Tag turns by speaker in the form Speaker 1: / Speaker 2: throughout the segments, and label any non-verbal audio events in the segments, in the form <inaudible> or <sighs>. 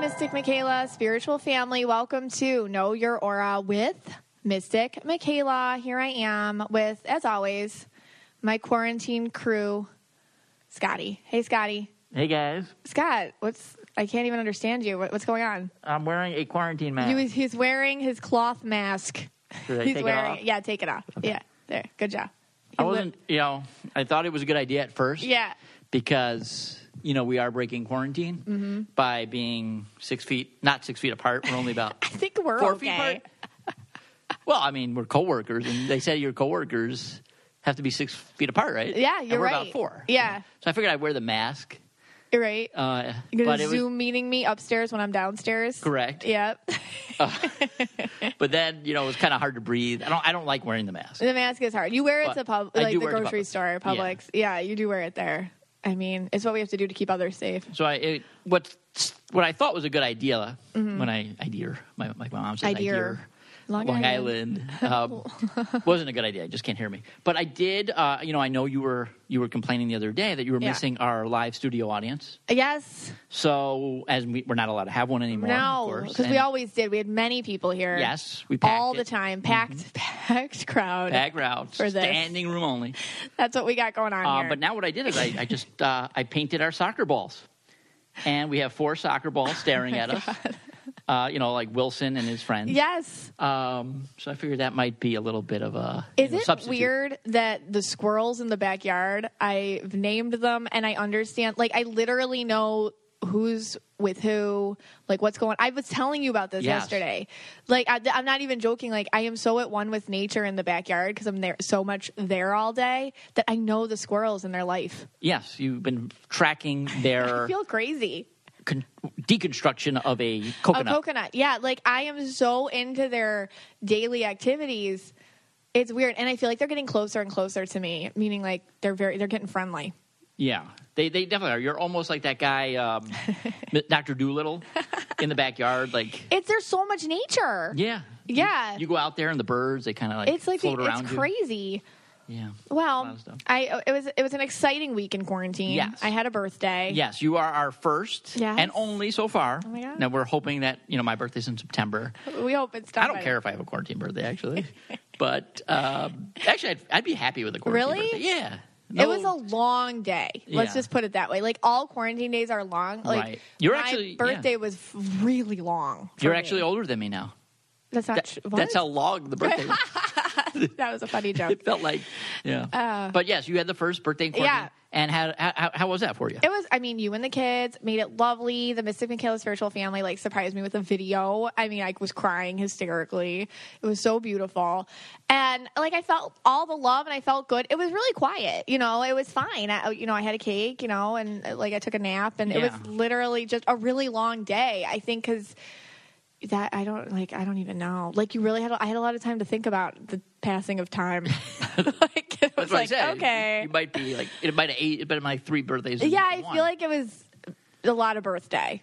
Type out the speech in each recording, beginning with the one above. Speaker 1: Mystic Michaela, spiritual family. Welcome to Know Your Aura with Mystic Michaela. Here I am with, as always, my quarantine crew, Scotty. Hey, Scotty.
Speaker 2: Hey guys,
Speaker 1: Scott, what's, I can't even understand you. What, what's going on?
Speaker 2: I'm wearing a quarantine
Speaker 3: Uh,
Speaker 1: He
Speaker 2: mask.
Speaker 1: was, he's wearing his cloth mask.
Speaker 2: Should I
Speaker 1: he's
Speaker 2: take it
Speaker 1: wearing,
Speaker 2: off?
Speaker 1: yeah, take it off. Yeah, there. Good job. He
Speaker 3: I
Speaker 1: lit-
Speaker 3: wasn't, you know, I thought it was a good idea at first.
Speaker 1: yeah.
Speaker 3: Because, you know, we are breaking quarantine
Speaker 1: Mm-hmm.
Speaker 3: by being six feet, not six feet apart. We're only about,
Speaker 1: I think <laughs> we're
Speaker 3: Four feet
Speaker 1: okay.
Speaker 3: well, I mean, we're coworkers, and they said your coworkers have to be six feet apart, right?
Speaker 1: Yeah,
Speaker 3: And
Speaker 1: you're
Speaker 3: we're
Speaker 1: right.
Speaker 3: about four.
Speaker 1: Yeah.
Speaker 3: So I figured I'd wear the mask.
Speaker 1: You're right.
Speaker 3: Uh,
Speaker 1: You're
Speaker 3: but
Speaker 1: gonna
Speaker 3: it was
Speaker 1: zoom meeting me upstairs when I'm downstairs.
Speaker 3: correct.
Speaker 1: Yep. <laughs>
Speaker 3: But then, you know, it was kind of hard to breathe. I don't, I don't like wearing the mask.
Speaker 1: The mask is hard. You wear it
Speaker 3: But
Speaker 1: to pub,
Speaker 3: I
Speaker 1: like
Speaker 3: do
Speaker 1: the
Speaker 3: wear it to
Speaker 1: grocery
Speaker 3: Publix.
Speaker 1: store,
Speaker 3: Yeah.
Speaker 1: Publix. Yeah. you do wear it there. I mean, it's what we have to do to keep others safe.
Speaker 3: So I, it, what, what I thought was a good idea when I idea, my, my mom says
Speaker 1: Idea.
Speaker 3: idea.
Speaker 1: Long,
Speaker 3: Long
Speaker 1: Island.
Speaker 3: Island.
Speaker 1: <laughs>
Speaker 3: Um, <laughs> wasn't a good idea. I just can't hear me. But I did. Uh, you know, I know you were you were complaining the other day that you were
Speaker 1: Yeah.
Speaker 3: missing our live studio audience.
Speaker 1: Yes.
Speaker 3: So as we, we're not allowed to have one anymore. of
Speaker 1: No,
Speaker 3: course,
Speaker 1: because we
Speaker 3: and
Speaker 1: always did. We had many people here.
Speaker 3: yes we packed
Speaker 1: All
Speaker 3: it, Mm-hmm.
Speaker 1: the time. Packed, <laughs> packed crowd.
Speaker 3: bag routes
Speaker 1: for this.
Speaker 3: standing
Speaker 1: <laughs>
Speaker 3: room only.
Speaker 1: That's what we got going on
Speaker 3: Uh,
Speaker 1: here.
Speaker 3: but now what I did is I, I just uh, I painted our soccer balls, and we have four soccer
Speaker 1: <laughs>
Speaker 3: balls staring
Speaker 1: Oh
Speaker 3: at us. Uh, you know, like Wilson and his friends.
Speaker 1: yes.
Speaker 3: Um, so I figured that might be a little bit of a you
Speaker 1: Is
Speaker 3: know,
Speaker 1: it
Speaker 3: substitute.
Speaker 1: weird that the squirrels in the backyard, I've named them and I understand, like, I literally know who's with who, like, what's going I was telling you about this
Speaker 3: Yes.
Speaker 1: yesterday. Like, I, I'm not even joking. Like, I am so at one with nature in the backyard because I'm there so much there all day that I know the squirrels in their life.
Speaker 3: Yes, you've been tracking
Speaker 1: <laughs> I
Speaker 3: their
Speaker 1: feel crazy.
Speaker 3: con- deconstruction of a coconut.
Speaker 1: A coconut. Yeah, like I am so into their daily activities. It's weird, and I feel like they're getting closer and closer to me. Meaning, like they're very they're getting friendly.
Speaker 3: yeah, they they definitely are. You're almost like that
Speaker 1: <laughs>
Speaker 3: guy, um, M- Dr. Doolittle, in the backyard. Like,
Speaker 1: It's there's so much nature.
Speaker 3: yeah,
Speaker 1: Yeah.
Speaker 3: You, you go out there and the birds they kind of like
Speaker 1: it's like the,
Speaker 3: float around
Speaker 1: it's
Speaker 3: you.
Speaker 1: crazy.
Speaker 3: Yeah. lot
Speaker 1: Well,
Speaker 3: of stuff.
Speaker 1: I it was it was an exciting week in quarantine.
Speaker 3: Yes.
Speaker 1: I had a birthday.
Speaker 3: Yes, you are our first
Speaker 1: Yes. Oh
Speaker 3: and only so far.
Speaker 1: my God.
Speaker 3: Now we're hoping that you know my birthday's in September.
Speaker 1: we hope it's done.
Speaker 3: I don't
Speaker 1: by-
Speaker 3: care if I have a quarantine
Speaker 1: <laughs>
Speaker 3: birthday actually, but um, actually I'd, I'd be happy with a quarantine
Speaker 1: Really?
Speaker 3: birthday. Yeah.
Speaker 1: It was a
Speaker 3: No-
Speaker 1: long day. Let's
Speaker 3: Yeah.
Speaker 1: just put it that way. Like all quarantine days are long. Like
Speaker 3: Right. You're
Speaker 1: my
Speaker 3: actually- yeah.
Speaker 1: birthday was f- really long. for
Speaker 3: You're
Speaker 1: me.
Speaker 3: actually older than me now.
Speaker 1: That's not.
Speaker 3: That-
Speaker 1: true.
Speaker 3: that's how long the
Speaker 1: <laughs>
Speaker 3: birthday was.
Speaker 1: that was a funny joke.
Speaker 3: it felt like yeah but yes you had the first birthday in quarantine
Speaker 1: Uh. Yeah.
Speaker 3: and how, how how was that for you
Speaker 1: It was, I mean, you and the kids made it lovely. The Mystic Michaela spiritual family like surprised me with a video. I mean, I was crying hysterically. It was so beautiful. And like, I felt all the love and I felt good. It was really quiet, you know, it was fine. I, you know, I had a cake, you know, and like I took a nap and it was
Speaker 3: Yeah.
Speaker 1: literally just a really long day. I think because that I don't like, I don't even know. Like, you really had, I had a lot of time to think about the passing of time. <laughs> like, it was
Speaker 3: what I
Speaker 1: like,
Speaker 3: said.
Speaker 1: okay.
Speaker 3: you, you might be like it might have eight but my three birthdays in
Speaker 1: Yeah, I
Speaker 3: one.
Speaker 1: feel like it was a lot of birthday.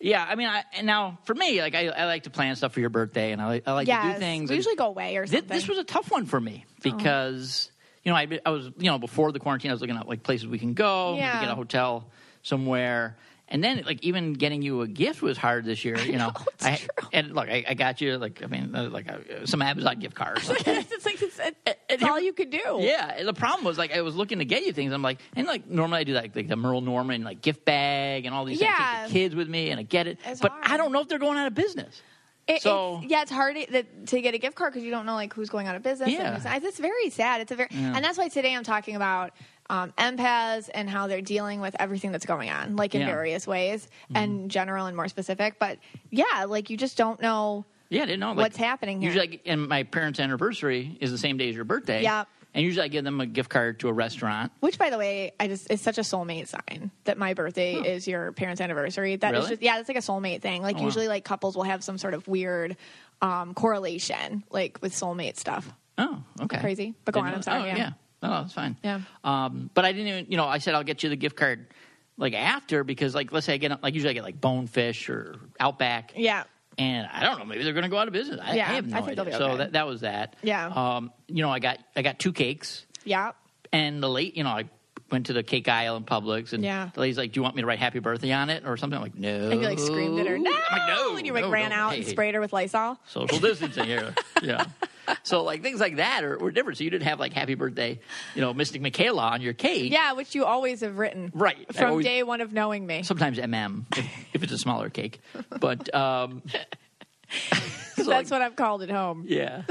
Speaker 3: yeah i mean I, and now for me like I, I like to plan stuff for your birthday and i, like- I like
Speaker 1: Yeah,
Speaker 3: to do things
Speaker 1: We
Speaker 3: and
Speaker 1: usually go away or
Speaker 3: thi-
Speaker 1: something. <laughs>
Speaker 3: this was <laughs> a tough one for
Speaker 1: Oh.
Speaker 3: me because you know I, I was you know before the quarantine i was looking at like places we can go maybe
Speaker 1: Yeah.
Speaker 3: get a hotel somewhere and then, like even getting you a gift was hard this year. You know,
Speaker 1: it's
Speaker 3: I,
Speaker 1: true.
Speaker 3: and look, I, I got you like I mean, uh, like uh, some Amazon gift card.
Speaker 1: <laughs>
Speaker 3: or something.
Speaker 1: it's like it's, it's all you could do.
Speaker 3: Yeah, and the problem was like I was looking to get you things. I'm like, and like normally I do like like the Merle Norman like gift bag and all these. things. I
Speaker 1: Yeah.
Speaker 3: take the kids with me and I get it,
Speaker 1: It's
Speaker 3: but
Speaker 1: hard.
Speaker 3: I don't know if they're going out of business.
Speaker 1: It-
Speaker 3: So-
Speaker 1: it's, yeah, it's hard to, that- to get a gift card because you don't know like who's going out of business.
Speaker 3: Yeah.
Speaker 1: and who's not. it's very sad. It's a very, and that's why today I'm talking about um, empaths and how they're dealing with everything that's going on, like in
Speaker 3: Yeah. Mm-hmm.
Speaker 1: various ways and general and more specific. But yeah, like you just don't know.
Speaker 3: Yeah, I didn't know like,
Speaker 1: What's happening here?
Speaker 3: Usually, like, and my parents' anniversary is the same day as your birthday.
Speaker 1: Yep.
Speaker 3: And usually, I give them a gift card to a restaurant.
Speaker 1: Which, by the way, I just it's such a soulmate sign that my birthday is your parents' anniversary. That is
Speaker 3: Really?
Speaker 1: just yeah, that's like a soulmate thing. Like
Speaker 3: wow.
Speaker 1: usually, like couples will have some sort of weird um, correlation, like with soulmate stuff.
Speaker 3: Oh, okay.
Speaker 1: Crazy, but go
Speaker 3: Didn't
Speaker 1: on, I'm
Speaker 3: know-
Speaker 1: sorry,
Speaker 3: Oh,
Speaker 1: yeah.
Speaker 3: yeah. No, no, it's fine.
Speaker 1: Yeah.
Speaker 3: Um, but I didn't even, you know, I said I'll get you the gift card like after because, like, let's say I get like usually I get like Bonefish or Outback.
Speaker 1: Yeah,
Speaker 3: and I don't know, maybe they're going to go out of business. I,
Speaker 1: Yeah,
Speaker 3: I have no
Speaker 1: I think they'll
Speaker 3: idea.
Speaker 1: be okay.
Speaker 3: So that, that was that.
Speaker 1: Yeah.
Speaker 3: Um, you know, I got I got two cakes,
Speaker 1: yeah.
Speaker 3: and the late, you know, I went to the Cake Aisle in Publix, and
Speaker 1: Yeah.
Speaker 3: the lady's like, "Do you want me to write Happy Birthday on it or something?" I'm like, "No."
Speaker 1: And you like screamed at her, no!
Speaker 3: I'm like, no
Speaker 1: and you like
Speaker 3: Oh, no,
Speaker 1: ran
Speaker 3: no.
Speaker 1: out
Speaker 3: Hey,
Speaker 1: and
Speaker 3: hey,
Speaker 1: sprayed her with Lysol.
Speaker 3: Social distancing here, yeah. <laughs> So like things like that are, were different. So you didn't have like Happy Birthday, you know, Mystic Michaela on your cake.
Speaker 1: Yeah, which you always have written.
Speaker 3: Right. I
Speaker 1: From
Speaker 3: always-
Speaker 1: day one of knowing me.
Speaker 3: Sometimes MM if, if it's a smaller cake, but um, so,
Speaker 1: <laughs>
Speaker 3: like,
Speaker 1: That's what I've called at home. <laughs>
Speaker 3: Yeah.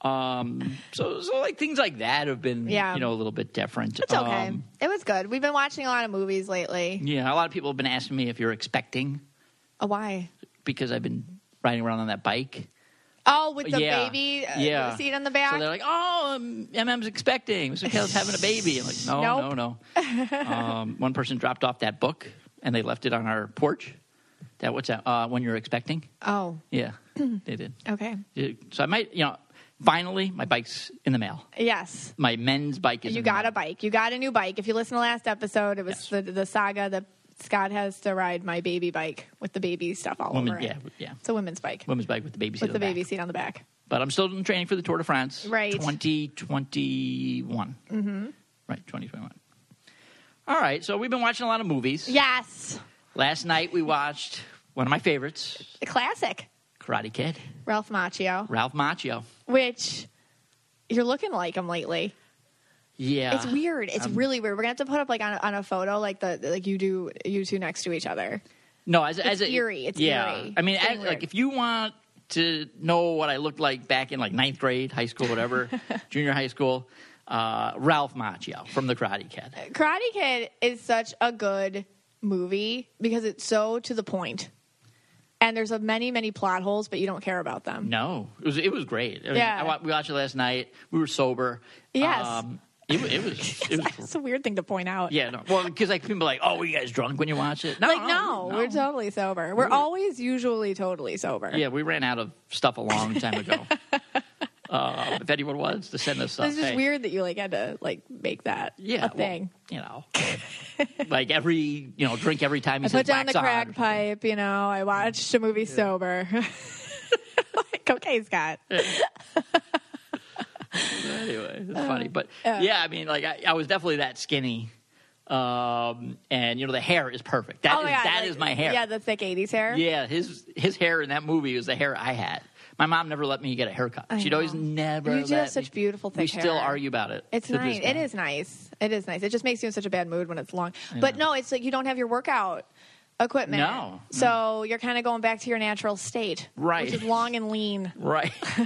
Speaker 3: um. So so like things like that have been
Speaker 1: Yeah.
Speaker 3: you know a little bit different.
Speaker 1: It's okay.
Speaker 3: Um,
Speaker 1: it was good. We've been watching a lot of movies lately.
Speaker 3: yeah. A lot of people have been asking me if you're expecting
Speaker 1: Oh, why?
Speaker 3: because I've been riding around on that bike.
Speaker 1: Oh, with the
Speaker 3: yeah.
Speaker 1: baby uh,
Speaker 3: yeah.
Speaker 1: seat on the back.
Speaker 3: So they're like, oh, um, MM's expecting. Mr. Kale's having a baby. I'm like, no,
Speaker 1: <laughs>
Speaker 3: no, no. um, one person dropped off that book and they left it on our porch. That what's that? Uh, when you're expecting?
Speaker 1: oh, <clears throat>
Speaker 3: Yeah, they did.
Speaker 1: okay.
Speaker 3: So I might, you know, finally my bike's in the mail.
Speaker 1: Yes.
Speaker 3: My men's bike is.
Speaker 1: You
Speaker 3: in the
Speaker 1: got
Speaker 3: mail.
Speaker 1: a bike. You got a new bike. If you listen to last episode, it was
Speaker 3: Yes.
Speaker 1: the, the saga that Scott has to ride my baby bike with the baby stuff all
Speaker 3: Woman-
Speaker 1: over it.
Speaker 3: yeah, yeah.
Speaker 1: It's a women's bike
Speaker 3: women's bike with the baby seat.
Speaker 1: with
Speaker 3: on
Speaker 1: the
Speaker 3: back.
Speaker 1: baby seat on the back.
Speaker 3: But I'm still in training for the Tour de France.
Speaker 1: Right.
Speaker 3: 2021. Mm-hmm. Right, 2021. All right, so we've been watching a lot of movies.
Speaker 1: Yes.
Speaker 3: Last night we watched one of my favorites,
Speaker 1: A classic.
Speaker 3: Karate Kid,
Speaker 1: Ralph Macchio,
Speaker 3: Ralph Macchio.
Speaker 1: which you're looking like him lately.
Speaker 3: Yeah.
Speaker 1: It's weird. It's
Speaker 3: Um,
Speaker 1: really weird. We're gonna have to put up like on, on a photo like the like you do you two next to each other.
Speaker 3: No, as, as a,
Speaker 1: eerie. It's
Speaker 3: yeah.
Speaker 1: eerie.
Speaker 3: I mean,
Speaker 1: It's
Speaker 3: as,
Speaker 1: getting weird.
Speaker 3: like if you want to know what I looked like back in like ninth grade, high
Speaker 1: <laughs>
Speaker 3: school, whatever, junior high school, uh, Ralph Macchio from The Karate Kid.
Speaker 1: Karate Kid is such a good movie because it's so to the point. And there's a many many plot holes, but you don't care about them.
Speaker 3: No, it was it was great. I mean,
Speaker 1: Yeah.
Speaker 3: I wa- we watched it last night. We were sober. Um,
Speaker 1: Yes.
Speaker 3: it, wa- it was. It was.
Speaker 1: <laughs> That's a weird thing to point out.
Speaker 3: yeah, no. Well, because like people are like, oh, were you guys drunk when you watched it? No,
Speaker 1: like no, we're totally sober. We're
Speaker 3: We're-
Speaker 1: always usually totally sober.
Speaker 3: Yeah, we ran out of stuff a long time
Speaker 1: <laughs>
Speaker 3: ago. uh, if anyone wants to send us stuff,
Speaker 1: It's just
Speaker 3: hey.
Speaker 1: weird that you like had to like make that
Speaker 3: Yeah,
Speaker 1: a
Speaker 3: well,
Speaker 1: thing.
Speaker 3: you
Speaker 1: <laughs>
Speaker 3: know, like every you know, drink every time. He
Speaker 1: I
Speaker 3: says
Speaker 1: put down the
Speaker 3: wax on or
Speaker 1: crack
Speaker 3: something.
Speaker 1: pipe, you know, I watched a movie sober. <laughs> like, okay, Scott.
Speaker 3: anyway,
Speaker 1: Uh,
Speaker 3: it's funny, but yeah, I mean, like I, I was definitely that skinny, um, and you know, the hair is perfect. That is
Speaker 1: oh my God.
Speaker 3: that
Speaker 1: like,
Speaker 3: is my hair.
Speaker 1: Yeah, the thick 80s hair.
Speaker 3: Yeah, his his hair in that movie was the hair I had. My mom never let me get a haircut.
Speaker 1: I
Speaker 3: She'd always
Speaker 1: know.
Speaker 3: never.
Speaker 1: You do
Speaker 3: let
Speaker 1: have such
Speaker 3: me-
Speaker 1: beautiful
Speaker 3: We
Speaker 1: thick
Speaker 3: still
Speaker 1: hair.
Speaker 3: argue about it.
Speaker 1: It's
Speaker 3: to this
Speaker 1: nice. It
Speaker 3: day.
Speaker 1: is nice. It is nice. It just makes you in such a bad mood when it's long. But
Speaker 3: Yeah.
Speaker 1: no, it's like you don't have your workout equipment.
Speaker 3: No.
Speaker 1: So you're kind of going back to your natural state.
Speaker 3: Right.
Speaker 1: Which is long and lean.
Speaker 3: right. <laughs>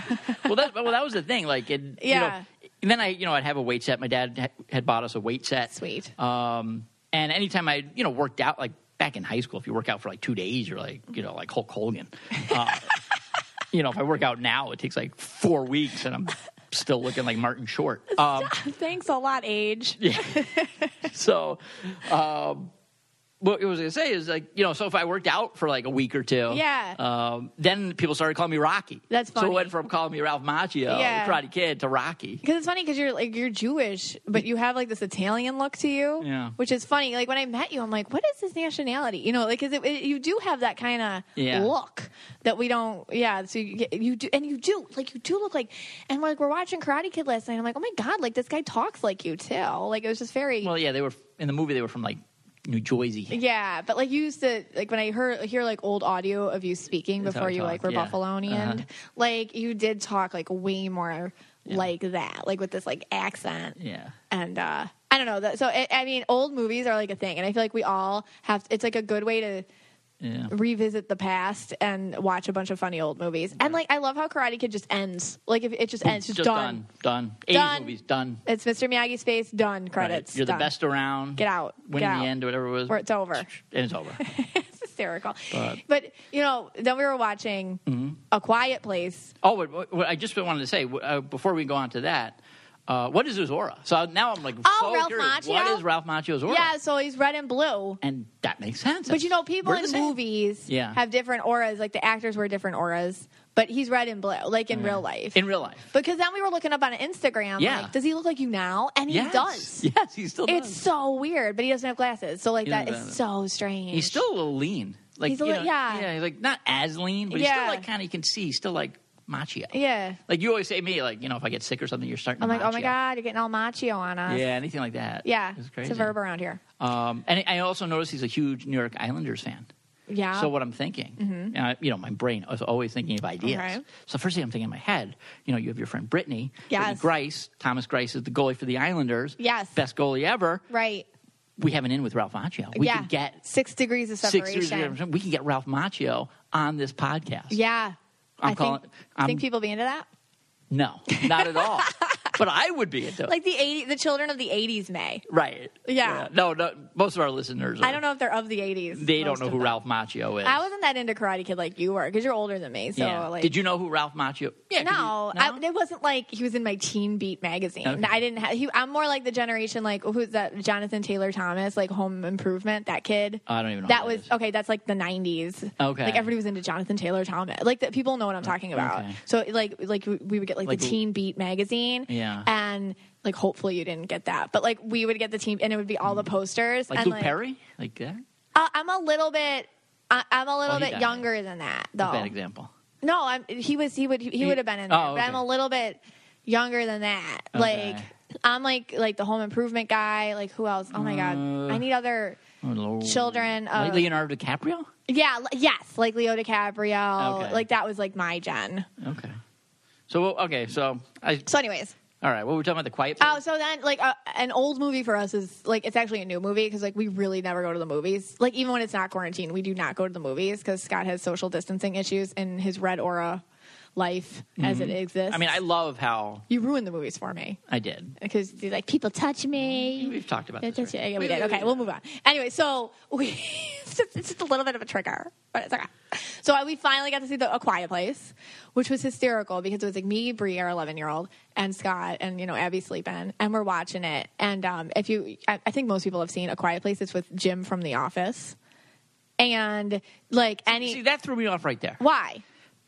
Speaker 3: well, that well that was the thing. Like, it,
Speaker 1: Yeah.
Speaker 3: You know, and then I, you know, I'd have a weight set. My dad ha- had bought us a weight set.
Speaker 1: Sweet.
Speaker 3: Um, and anytime I, you know, worked out, like back in high school, if you work out for like two days, you're like, you know, like Hulk Hogan.
Speaker 1: <laughs>
Speaker 3: Uh, you know, if I work out now, it takes like four weeks, and I'm still looking like Martin Short. Um,
Speaker 1: <laughs> Thanks a lot, age.
Speaker 3: so um, what I was going to say is like you know so if i worked out for like a week or two
Speaker 1: Yeah.
Speaker 3: um, then people started calling me rocky
Speaker 1: That's
Speaker 3: so
Speaker 1: funny.
Speaker 3: it went from calling me ralph macchio
Speaker 1: Yeah.
Speaker 3: the karate kid to rocky
Speaker 1: Because it's funny because you're like you're Jewish, but you have like this Italian look to you,
Speaker 3: Yeah.
Speaker 1: which is funny. Like when I met you, I'm like, what is his nationality? You know, like because it, it- you do have that kind of
Speaker 3: Yeah.
Speaker 1: look that we don't. Yeah, so you, get- you do, and you do like you do look like, and like we're watching Karate Kid last night. I'm like, oh my god, like this guy talks like you too. Like it was just very.
Speaker 3: well yeah they were in the movie they were from like new jersey
Speaker 1: yeah, but like you used to like when I heard hear like old audio of you speaking
Speaker 3: That's how
Speaker 1: before
Speaker 3: I
Speaker 1: you
Speaker 3: talk,
Speaker 1: like were
Speaker 3: yeah.
Speaker 1: Buffalonian,
Speaker 3: Uh-huh.
Speaker 1: like you did talk like way more
Speaker 3: Yeah.
Speaker 1: like that, like with this like accent.
Speaker 3: yeah
Speaker 1: and uh, I don't know. That, so it, I mean, old movies are like a thing, and I feel like we all have. It's like a good way to
Speaker 3: yeah
Speaker 1: revisit the past and watch a bunch of funny old movies. And like, I love how Karate Kid just ends. Like, if it just ends, just, done.
Speaker 3: done done 80s
Speaker 1: Done.
Speaker 3: movies done
Speaker 1: It's Mr. Miyagi's face. Done. Credits.
Speaker 3: Right. you're
Speaker 1: done.
Speaker 3: the best around
Speaker 1: Get out.
Speaker 3: win
Speaker 1: Get
Speaker 3: in
Speaker 1: out.
Speaker 3: the end or whatever it was
Speaker 1: Or it's
Speaker 3: <laughs>
Speaker 1: over.
Speaker 3: and it's over
Speaker 1: it's hysterical. But,
Speaker 3: But- Mm-hmm.
Speaker 1: you know, then we were watching A Quiet Place.
Speaker 3: Oh, what, what, what I just wanted to say uh, before we go on to that, uh, what is his aura? So now I'm like,
Speaker 1: Oh,
Speaker 3: so
Speaker 1: Ralph
Speaker 3: curious.
Speaker 1: Macchio?
Speaker 3: What is Ralph Macchio's aura?
Speaker 1: Yeah, so he's red and blue.
Speaker 3: and that makes sense.
Speaker 1: But you know, people
Speaker 3: We're the
Speaker 1: in
Speaker 3: same.
Speaker 1: movies
Speaker 3: Yeah.
Speaker 1: have different auras. Like the actors wear different auras, but he's red and blue, like in real life.
Speaker 3: in real life.
Speaker 1: Because then we were looking up on Instagram.
Speaker 3: Yeah.
Speaker 1: Like, does he look like you now? And he
Speaker 3: yes. <laughs>
Speaker 1: does.
Speaker 3: Yes, he still
Speaker 1: It's
Speaker 3: does.
Speaker 1: so weird, but he doesn't have glasses. So like
Speaker 3: He
Speaker 1: that
Speaker 3: doesn't
Speaker 1: is
Speaker 3: have
Speaker 1: so strange.
Speaker 3: He's still a little lean. Like
Speaker 1: He's a
Speaker 3: you
Speaker 1: little-
Speaker 3: know,
Speaker 1: yeah.
Speaker 3: yeah. He's like not as lean, but he's
Speaker 1: Yeah.
Speaker 3: still like kind of you can see he's still like machio.
Speaker 1: Yeah.
Speaker 3: Like you always say to me, like, you know, if I get sick or something, you're starting
Speaker 1: I'm
Speaker 3: to
Speaker 1: like, oh my
Speaker 3: machio."
Speaker 1: God, you're getting all macho on us.
Speaker 3: Yeah, anything like that.
Speaker 1: Yeah.
Speaker 3: It's
Speaker 1: It's,
Speaker 3: crazy.
Speaker 1: a verb around here.
Speaker 3: Um, and I also noticed he's a huge New York Islanders fan.
Speaker 1: Yeah. Mm-hmm.
Speaker 3: So what I'm thinking, and I- you know, my brain is always thinking of ideas.
Speaker 1: Okay.
Speaker 3: So first thing I'm thinking in my head, you know, you have your friend Brittany,
Speaker 1: Yes.
Speaker 3: Brittany Grice, Thomas Grice is the goalie for the Islanders.
Speaker 1: Yes.
Speaker 3: best goalie ever.
Speaker 1: Right.
Speaker 3: We have an in with Ralph Macchio. We
Speaker 1: yeah.
Speaker 3: can get
Speaker 1: six degrees of separation.
Speaker 3: six years. We can get Ralph Macchio on this podcast.
Speaker 1: Yeah.
Speaker 3: I'm
Speaker 1: I
Speaker 3: calling-
Speaker 1: think,
Speaker 3: I'm-
Speaker 1: think people be into that.
Speaker 3: No, not at
Speaker 1: <laughs>
Speaker 3: all. but I would be into it.
Speaker 1: Like the 80, the children of the 80s may.
Speaker 3: right.
Speaker 1: Yeah.
Speaker 3: No, no. Most of our listeners, are,
Speaker 1: I don't know if they're of the 80s.
Speaker 3: They
Speaker 1: most
Speaker 3: don't know
Speaker 1: of
Speaker 3: who
Speaker 1: them.
Speaker 3: Ralph Macchio is.
Speaker 1: I wasn't that into Karate Kid like you were because you're older than me. So
Speaker 3: yeah.
Speaker 1: like,
Speaker 3: Did you know who Ralph Macchio? Yeah. 'cause
Speaker 1: No, I,
Speaker 3: you-
Speaker 1: it wasn't like he was in my Teen Beat magazine.
Speaker 3: Okay.
Speaker 1: I didn't have. He, I'm more like the generation like who's that? Jonathan Taylor Thomas, like Home Improvement, that kid.
Speaker 3: I don't even know
Speaker 1: That
Speaker 3: who that
Speaker 1: was
Speaker 3: is.
Speaker 1: okay. That's like the 90s.
Speaker 3: Okay.
Speaker 1: like everybody was into Jonathan Taylor Thomas. Like that, people know what I'm talking about.
Speaker 3: Okay.
Speaker 1: So like, like we would get like,
Speaker 3: Like-
Speaker 1: the Teen Beat magazine.
Speaker 3: Yeah.
Speaker 1: and like hopefully you didn't get that, but like we would get the team, and it would be all the posters.
Speaker 3: Mm. like
Speaker 1: and,
Speaker 3: Luke Perry, like that.
Speaker 1: Uh, I'm a little bit. I, I'm a little
Speaker 3: Oh, he
Speaker 1: bit
Speaker 3: died.
Speaker 1: younger than that, though.
Speaker 3: Bad example.
Speaker 1: No, I'm, he was. He would. He,
Speaker 3: He-
Speaker 1: would have been in there.
Speaker 3: oh,
Speaker 1: But
Speaker 3: okay.
Speaker 1: I'm a little bit younger than that.
Speaker 3: Okay.
Speaker 1: Like I'm like like the home improvement guy. Like who else? Oh my god,
Speaker 3: Uh,
Speaker 1: I need other.
Speaker 3: Oh, Lord.
Speaker 1: Children
Speaker 3: Like
Speaker 1: of-
Speaker 3: Leonardo DiCaprio.
Speaker 1: Yeah. l- Yes. Like Leo DiCaprio.
Speaker 3: Okay.
Speaker 1: Like that was like my gen.
Speaker 3: Okay. So okay, so I
Speaker 1: So, anyways.
Speaker 3: all right. What were we talking about? The Quiet Place.
Speaker 1: Oh, so then like uh, an old movie for us is like it's actually a new movie because like we really never go to the movies. Like even when it's not quarantine, we do not go to the movies because Scott has social distancing issues in his red aura life as it exists.
Speaker 3: Mm-hmm. I mean, I love how
Speaker 1: you ruined the movies for me.
Speaker 3: I did.
Speaker 1: because they're like people touch me.
Speaker 3: We've talked about
Speaker 1: They
Speaker 3: this.
Speaker 1: touch you.
Speaker 3: Mm-hmm. right?
Speaker 1: Yeah, we did. Okay, we'll move on. Anyway, so <laughs> we it's, just, it's just a little bit of a trigger, but it's okay. So I, we finally got to see the A Quiet Place, which was hysterical because it was like me, Bree, our eleven year old, and Scott, and you know Abby sleeping, and we're watching it. And um, if you, I, I think most people have seen A Quiet Place. It's with Jim from The Office, and like any
Speaker 3: See, that threw me off right there
Speaker 1: why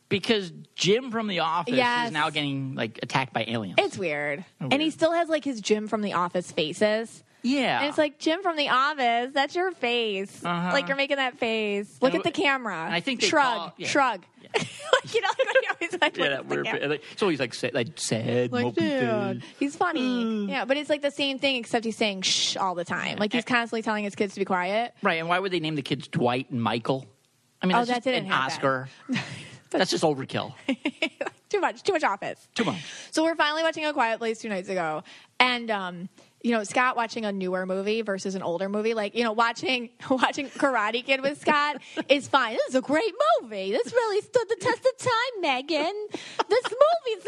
Speaker 3: because Jim from The Office
Speaker 1: Yes.
Speaker 3: is now getting like attacked by aliens.
Speaker 1: it's weird. and he
Speaker 3: Oh, weird.
Speaker 1: still has like his Jim from The Office faces.
Speaker 3: yeah.
Speaker 1: And it's like Jim from the office. That's your face.
Speaker 3: Uh-huh.
Speaker 1: Like you're making that face. Look
Speaker 3: And
Speaker 1: at the
Speaker 3: w-
Speaker 1: camera.
Speaker 3: and I think they
Speaker 1: shrug,
Speaker 3: call- yeah.
Speaker 1: shrug. <laughs> like you know, like, you always like
Speaker 3: yeah,
Speaker 1: look
Speaker 3: that
Speaker 1: at the
Speaker 3: weird.
Speaker 1: camera.
Speaker 3: Like, it's always like sad, like sad
Speaker 1: Like,
Speaker 3: mopey
Speaker 1: dude,
Speaker 3: face.
Speaker 1: he's funny. yeah, but it's like the same thing except he's saying shh all the time. Like he's
Speaker 3: Eh.
Speaker 1: constantly telling his kids to be quiet. <laughs>
Speaker 3: Right, and why would they name the kids Dwight and Michael? I mean,
Speaker 1: Oh,
Speaker 3: that's
Speaker 1: that
Speaker 3: just
Speaker 1: didn't
Speaker 3: an
Speaker 1: happen. <laughs>
Speaker 3: Oscar. that's just overkill.
Speaker 1: too much, too much office.
Speaker 3: Too much.
Speaker 1: So we're finally watching A Quiet Place two nights ago, and um, you know Scott watching a newer movie versus an older movie. Like you know watching <laughs> watching Karate Kid with Scott is fine. This is a great movie. This really stood the test of time, Megan. This movie is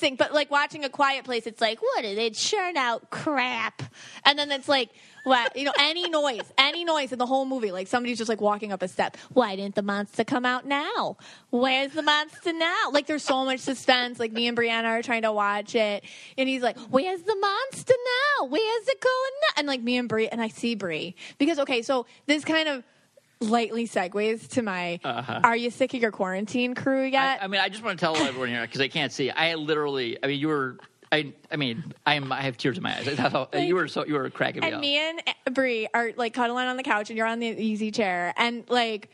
Speaker 1: amazing. But like watching A Quiet Place, it's like what did they churn out crap? And then it's like. What you know? Any noise, any noise in the whole movie, like somebody's just like walking up a step. Why didn't the monster come out now? Where's the monster now? Like there's so much suspense. Like me and Brianna are trying to watch it, and he's like, "Where's the monster now? Where's it going?" Now? And like me and Bree, and I see Bree because okay, so this kind of lightly segues to my "Are you sick of your quarantine crew yet?"
Speaker 3: Uh-huh. I, I mean, I just want to tell everyone here because they can't see. I literally, I mean, you were. I, I mean, I'm. I have tears in my eyes. <laughs> That's how- you were so. You were cracking me
Speaker 1: and
Speaker 3: up.
Speaker 1: me and Bree are like cuddling on the couch, and you're on the easy chair, and like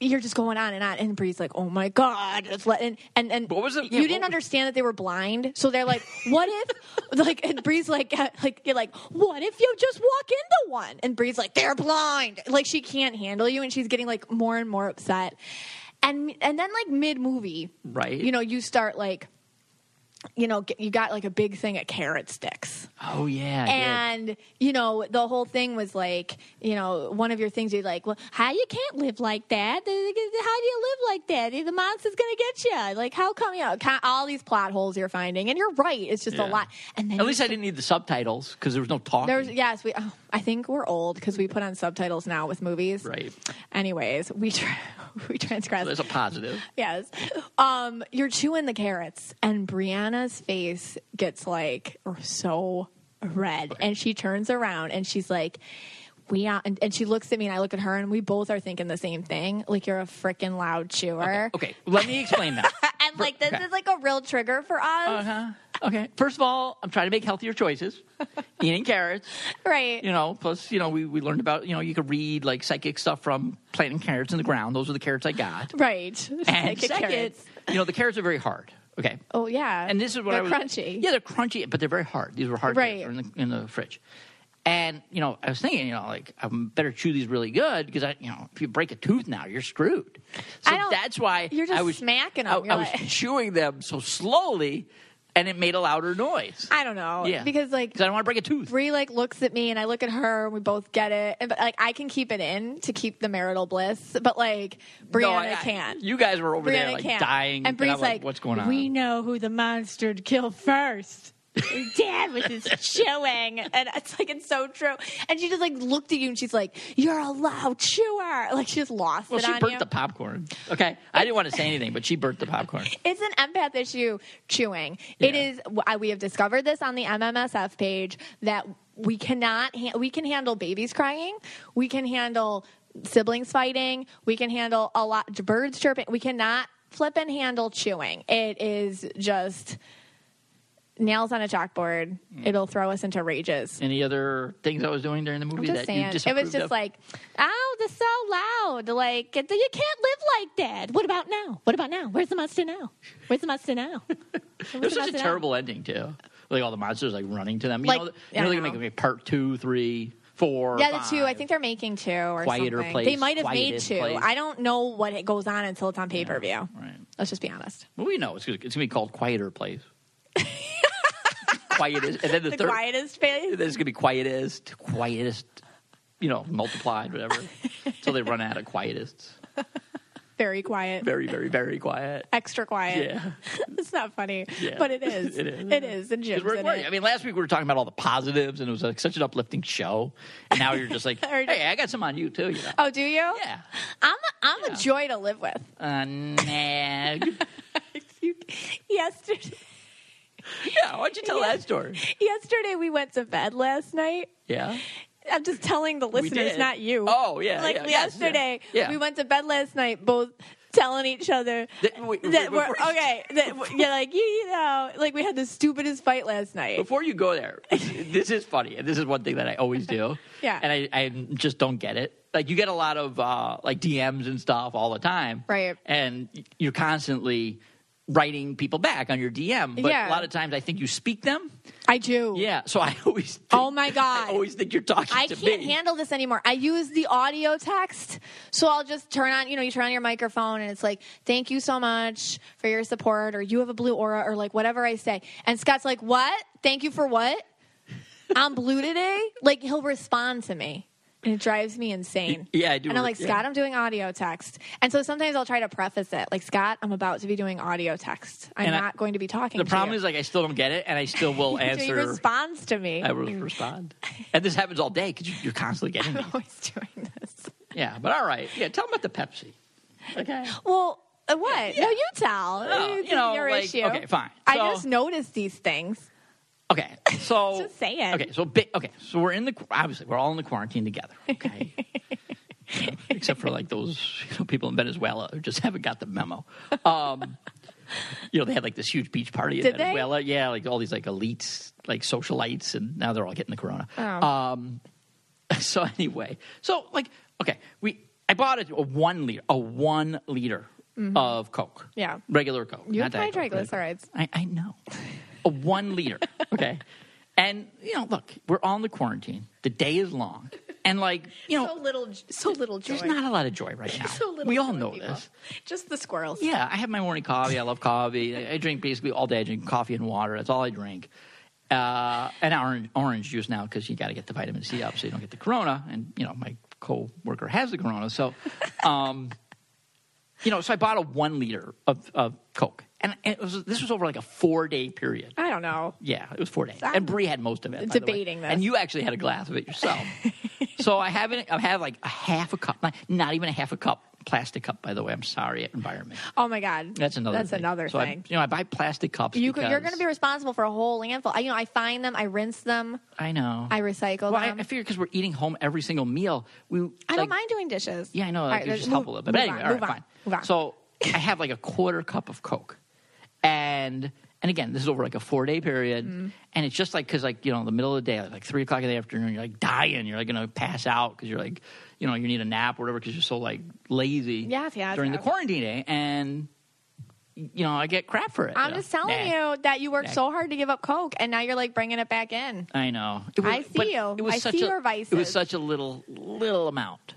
Speaker 1: you're just going on and on. And Bree's like, "Oh my god!" It's let and and, and
Speaker 3: What was it- yeah,
Speaker 1: You didn't
Speaker 3: what-
Speaker 1: understand that they were blind, so they're like, "What if?" <laughs> like, and Bree's like, "Like you're like, what if you just walk into one?" And Bree's like, "They're blind." Like she can't handle you, and she's getting like more and more upset. And and then like mid movie,
Speaker 3: Right.
Speaker 1: You know, you start like. You know, get- you got like a big thing at carrot sticks
Speaker 3: oh yeah. yeah.
Speaker 1: and you know the whole thing was like you know one of your things you're like well how you can't live like that how do you live like that the monster's gonna get you like how come you know ca- all these plot holes you're finding and you're right it's just
Speaker 3: Yeah.
Speaker 1: a lot and then
Speaker 3: At
Speaker 1: you
Speaker 3: least I didn't need the subtitles because there was no talking.
Speaker 1: there was yes we oh, i think we're old because we put on subtitles now with movies
Speaker 3: Right.
Speaker 1: anyways we tra- <laughs> we transgress
Speaker 3: There's a positive.
Speaker 1: yes. Um, you're chewing the carrots, and Brianna's face gets like so red, and she turns around and she's like, "We are," and, and she looks at me, and I look at her, and we both are thinking the same thing. Like you're a freaking loud chewer, <laughs>
Speaker 3: Okay, let me explain that.
Speaker 1: and like this
Speaker 3: Okay.
Speaker 1: is like a real trigger for us.
Speaker 3: Uh huh. Okay. First of all, I'm trying to make
Speaker 1: <laughs>
Speaker 3: healthier choices, eating carrots.
Speaker 1: Right.
Speaker 3: You know, plus, you know, we, we learned about, you know, you could read like psychic stuff from planting carrots in the ground. Those are the carrots I got.
Speaker 1: Right.
Speaker 3: And
Speaker 1: Psychic
Speaker 3: second,
Speaker 1: carrots.
Speaker 3: you know, the carrots are very hard. Okay.
Speaker 1: Oh yeah.
Speaker 3: And this is what
Speaker 1: They're
Speaker 3: I was
Speaker 1: crunchy.
Speaker 3: Yeah, they're crunchy, but they're very hard. These were hard
Speaker 1: Right.
Speaker 3: carrots in the in the fridge. And you know, I was thinking, you know, like I better chew these really good because I, you know, if you break a tooth now, you're screwed. So
Speaker 1: I don't-
Speaker 3: that's why
Speaker 1: you're just
Speaker 3: I was
Speaker 1: smacking 'em.
Speaker 3: I,
Speaker 1: You're
Speaker 3: I was
Speaker 1: like-
Speaker 3: chewing them so slowly, and it made a louder noise.
Speaker 1: I don't know.
Speaker 3: yeah,
Speaker 1: Because like
Speaker 3: because I don't want to break a tooth.
Speaker 1: Bree like looks at me and I look at her and we both get it. And but like I can keep it in to keep the marital bliss, but like Brianna
Speaker 3: No, I- I-
Speaker 1: can't.
Speaker 3: You guys were over there
Speaker 1: Brianna
Speaker 3: like
Speaker 1: can't.
Speaker 3: dying,
Speaker 1: And Bree's
Speaker 3: I'm like,
Speaker 1: like,
Speaker 3: "What's going on?"
Speaker 2: We know who the monster'd kill first. His Dad with his
Speaker 3: <laughs>
Speaker 1: chewing and it's like it's so true and she just like looked at you and she's like you're a loud chewer like she just lost
Speaker 3: well,
Speaker 1: it
Speaker 3: she
Speaker 1: on
Speaker 3: burnt
Speaker 1: you
Speaker 3: the popcorn. Okay, I didn't want to say anything, but she burnt
Speaker 1: <laughs>
Speaker 3: the popcorn.
Speaker 1: it's an empath issue chewing it
Speaker 3: Yeah.
Speaker 1: is I, we have discovered this on the mmsf page that we cannot ha- we can handle babies crying we can handle siblings fighting we can handle a lot birds chirping we cannot flip and handle chewing it is just nails on a chalkboard it'll throw us into rages
Speaker 3: Any other things I was doing during the movie
Speaker 1: I'm just
Speaker 3: that
Speaker 1: saying.
Speaker 3: you
Speaker 1: It was
Speaker 3: disapproved
Speaker 1: just
Speaker 3: of?
Speaker 1: like, oh, this is so loud. Like, it- you can't live like that. What about now?
Speaker 2: What about now? Where's the monster now? Where's the monster
Speaker 3: <laughs>
Speaker 2: now?
Speaker 3: it was such a
Speaker 1: about that?
Speaker 3: terrible ending too. Like all the monsters like running to them. You
Speaker 1: Like,
Speaker 3: know, you
Speaker 1: yeah,
Speaker 3: know
Speaker 1: I
Speaker 3: they're gonna
Speaker 1: know.
Speaker 3: make a part two, three, four.
Speaker 1: Yeah, the two. I
Speaker 3: five.
Speaker 1: think they're making two or
Speaker 3: Quieter
Speaker 1: something.
Speaker 3: place,
Speaker 1: they might have made
Speaker 3: quietest
Speaker 1: two.
Speaker 3: place.
Speaker 1: I don't know what it goes on until it's on pay per view.
Speaker 3: right.
Speaker 1: Let's just be honest.
Speaker 3: Well, we know it's gonna, it's gonna be called
Speaker 1: <laughs>
Speaker 3: Quieter Place. quietest, and then the,
Speaker 1: The
Speaker 3: third.
Speaker 1: quietest phase.
Speaker 3: and then it's gonna be quietest, quietest. You know, multiplied, whatever. Until they run out of quietest.
Speaker 1: Very quiet.
Speaker 3: Very, very, very quiet.
Speaker 1: Extra quiet.
Speaker 3: Yeah.
Speaker 1: <laughs> It's not funny,
Speaker 3: Yeah.
Speaker 1: but it is.
Speaker 3: <laughs> It is.
Speaker 1: It is. And Jim's
Speaker 3: Because we're
Speaker 1: in
Speaker 3: worried.
Speaker 1: it.
Speaker 3: I mean, last week we were talking about all the positives, and it was like such an uplifting show. And now you're just like,
Speaker 1: <laughs> Or-
Speaker 3: hey, I got some on you too. You know?
Speaker 1: oh, do you?
Speaker 3: Yeah.
Speaker 1: I'm a, I'm
Speaker 3: Yeah.
Speaker 1: a joy to live
Speaker 3: <laughs>
Speaker 1: with.
Speaker 3: Uh, nah.
Speaker 1: <laughs> Yesterday.
Speaker 3: <laughs> Yeah, why'd you tell that story?
Speaker 1: Yesterday we went to bed last night.
Speaker 3: Yeah.
Speaker 1: I'm just telling the listeners,
Speaker 3: did.
Speaker 1: not you.
Speaker 3: Oh, yeah,
Speaker 1: Like
Speaker 3: yeah, yes,
Speaker 1: yesterday,
Speaker 3: yeah, yeah.
Speaker 1: we went to bed last night, both telling each other
Speaker 3: That- wait, wait,
Speaker 1: that we're
Speaker 3: before-
Speaker 1: okay. That w- you're like, you, you know, like we had the stupidest fight last night.
Speaker 3: Before you go there, this is funny, and this is one thing that I always do.
Speaker 1: <laughs> Yeah.
Speaker 3: And I, I just don't get it. Like you get a lot of uh, like DMs and stuff all the time,
Speaker 1: Right.
Speaker 3: And you're constantly writing people back on your DM, but
Speaker 1: Yeah.
Speaker 3: a lot of times I think you speak them.
Speaker 1: I do.
Speaker 3: Yeah. So I <laughs> always. Think,
Speaker 1: Oh, my God.
Speaker 3: <laughs> I always think you're talking
Speaker 1: I
Speaker 3: to
Speaker 1: can't
Speaker 3: me.
Speaker 1: handle this anymore. I use the audio text, so I'll just turn on, you know, you turn on your microphone and it's like, "Thank you so much for your support," or "You have a blue aura," or like whatever I say. And Scott's like, "What? Thank you for what? I'm blue today." Like he'll respond to me, and it drives me insane.
Speaker 3: Yeah, I do
Speaker 1: And I'm
Speaker 3: re-
Speaker 1: like,
Speaker 3: yeah.
Speaker 1: Scott, I'm doing audio text, and so sometimes I'll try to preface it, like, Scott, I'm about to be doing audio text. I'm
Speaker 3: And I-
Speaker 1: not going to be talking.
Speaker 3: The
Speaker 1: to
Speaker 3: problem
Speaker 1: you.
Speaker 3: is like I still don't get it, and
Speaker 1: <laughs>
Speaker 3: I still will
Speaker 1: So he
Speaker 3: answer.
Speaker 1: responds to me. <laughs>
Speaker 3: I will respond, and this happens all day because you, you're constantly getting
Speaker 1: I'm
Speaker 3: it.
Speaker 1: always doing this.
Speaker 3: Yeah, but all right. Yeah, tell them about the Pepsi. Okay.
Speaker 1: Well, uh, what? No, you tell.
Speaker 3: No,
Speaker 1: It's
Speaker 3: Oh, you know,
Speaker 1: your
Speaker 3: like,
Speaker 1: issue.
Speaker 3: okay, fine.
Speaker 1: I
Speaker 3: So-
Speaker 1: just noticed these things.
Speaker 3: Okay.
Speaker 1: <laughs>
Speaker 3: So
Speaker 1: Just saying.
Speaker 3: Okay. So big. Okay. So we're in the qu- obviously we're all in the quarantine together.
Speaker 1: <laughs>
Speaker 3: Okay. You know, except for like those you know, people in Venezuela who just haven't got the memo. Um, you know they had like this huge beach party in
Speaker 1: Did they?
Speaker 3: Venezuela. Yeah, like all these like elites, like socialites, and now they're all getting the corona.
Speaker 1: Oh.
Speaker 3: Um, <laughs> so anyway, so like okay, we I bought a, a one liter, a one liter of Coke.
Speaker 1: Mm-hmm. Yeah.
Speaker 3: regular Coke.
Speaker 1: You
Speaker 3: not
Speaker 1: have high
Speaker 3: Diet Coke, regular
Speaker 1: triglycerides.
Speaker 3: Coke. I, I know. <laughs> A one liter. Okay. And you know, look, we're all in the quarantine. The day is long, and like you know,
Speaker 1: so little, so little joy.
Speaker 3: there's not a lot of joy right
Speaker 1: <laughs>
Speaker 3: now.
Speaker 1: so little
Speaker 3: we all
Speaker 1: joy,
Speaker 3: know
Speaker 1: people.
Speaker 3: this.
Speaker 1: Just the squirrels.
Speaker 3: Yeah, I have my morning coffee. I love coffee. I, I drink basically all day. I drink coffee and water. That's all I drink. Uh, and orange, orange juice now because you got to get the vitamin C up so you don't get the corona. And you know, my co-worker has the
Speaker 1: <laughs>
Speaker 3: corona, so um, you know, so I bought a one liter of, of Coke, and, and it was, this was over like a four day period.
Speaker 1: I don't know.
Speaker 3: Yeah, it was four days,
Speaker 1: I'm
Speaker 3: and Brie had most of it. by the way.
Speaker 1: Ah. debating this.
Speaker 3: and you actually had a glass of it yourself.
Speaker 1: <laughs>
Speaker 3: so I haven't. I have like a half a cup, not, not even a half a cup, plastic cup. By the way, I'm sorry, environment.
Speaker 1: Oh my god.
Speaker 3: That's another.
Speaker 1: That's
Speaker 3: thing.
Speaker 1: another
Speaker 3: So I-
Speaker 1: thing.
Speaker 3: you know, I buy plastic cups.
Speaker 1: you could,
Speaker 3: because
Speaker 1: you're going to be responsible for a whole landfill. I, you know, I find them, I rinse them,
Speaker 3: I know.
Speaker 1: I recycle
Speaker 3: well, I,
Speaker 1: them.
Speaker 3: I figure because we're eating home every single meal, we.
Speaker 1: I don't mind doing dishes.
Speaker 3: Yeah, I know.
Speaker 1: All
Speaker 3: Like,
Speaker 1: right,
Speaker 3: you're
Speaker 1: let's
Speaker 3: just
Speaker 1: move-
Speaker 3: helpful. But, but
Speaker 1: move
Speaker 3: anyway,
Speaker 1: on,
Speaker 3: all right,
Speaker 1: move on,
Speaker 3: fine.
Speaker 1: Move on.
Speaker 3: So I have like a quarter cup of Coke, and And again, this is over like a four day period,
Speaker 1: Mm-hmm.
Speaker 3: and it's just like because like you know the middle of the day, like, like three o'clock in the afternoon, you're like dying, you're like gonna pass out because you're like you know you need a nap or whatever because you're so like lazy.
Speaker 1: Yes, yes,
Speaker 3: During
Speaker 1: yes.
Speaker 3: the quarantine day, and you know I get crap for it.
Speaker 1: I'm
Speaker 3: you know?
Speaker 1: just telling
Speaker 3: Nah.
Speaker 1: you that you worked
Speaker 3: Nah.
Speaker 1: so hard to give up coke, and now you're like bringing it back in.
Speaker 3: I know.
Speaker 1: I see
Speaker 3: but
Speaker 1: you. I
Speaker 3: such
Speaker 1: see
Speaker 3: a-
Speaker 1: your
Speaker 3: It was
Speaker 1: vices.
Speaker 3: such a little little amount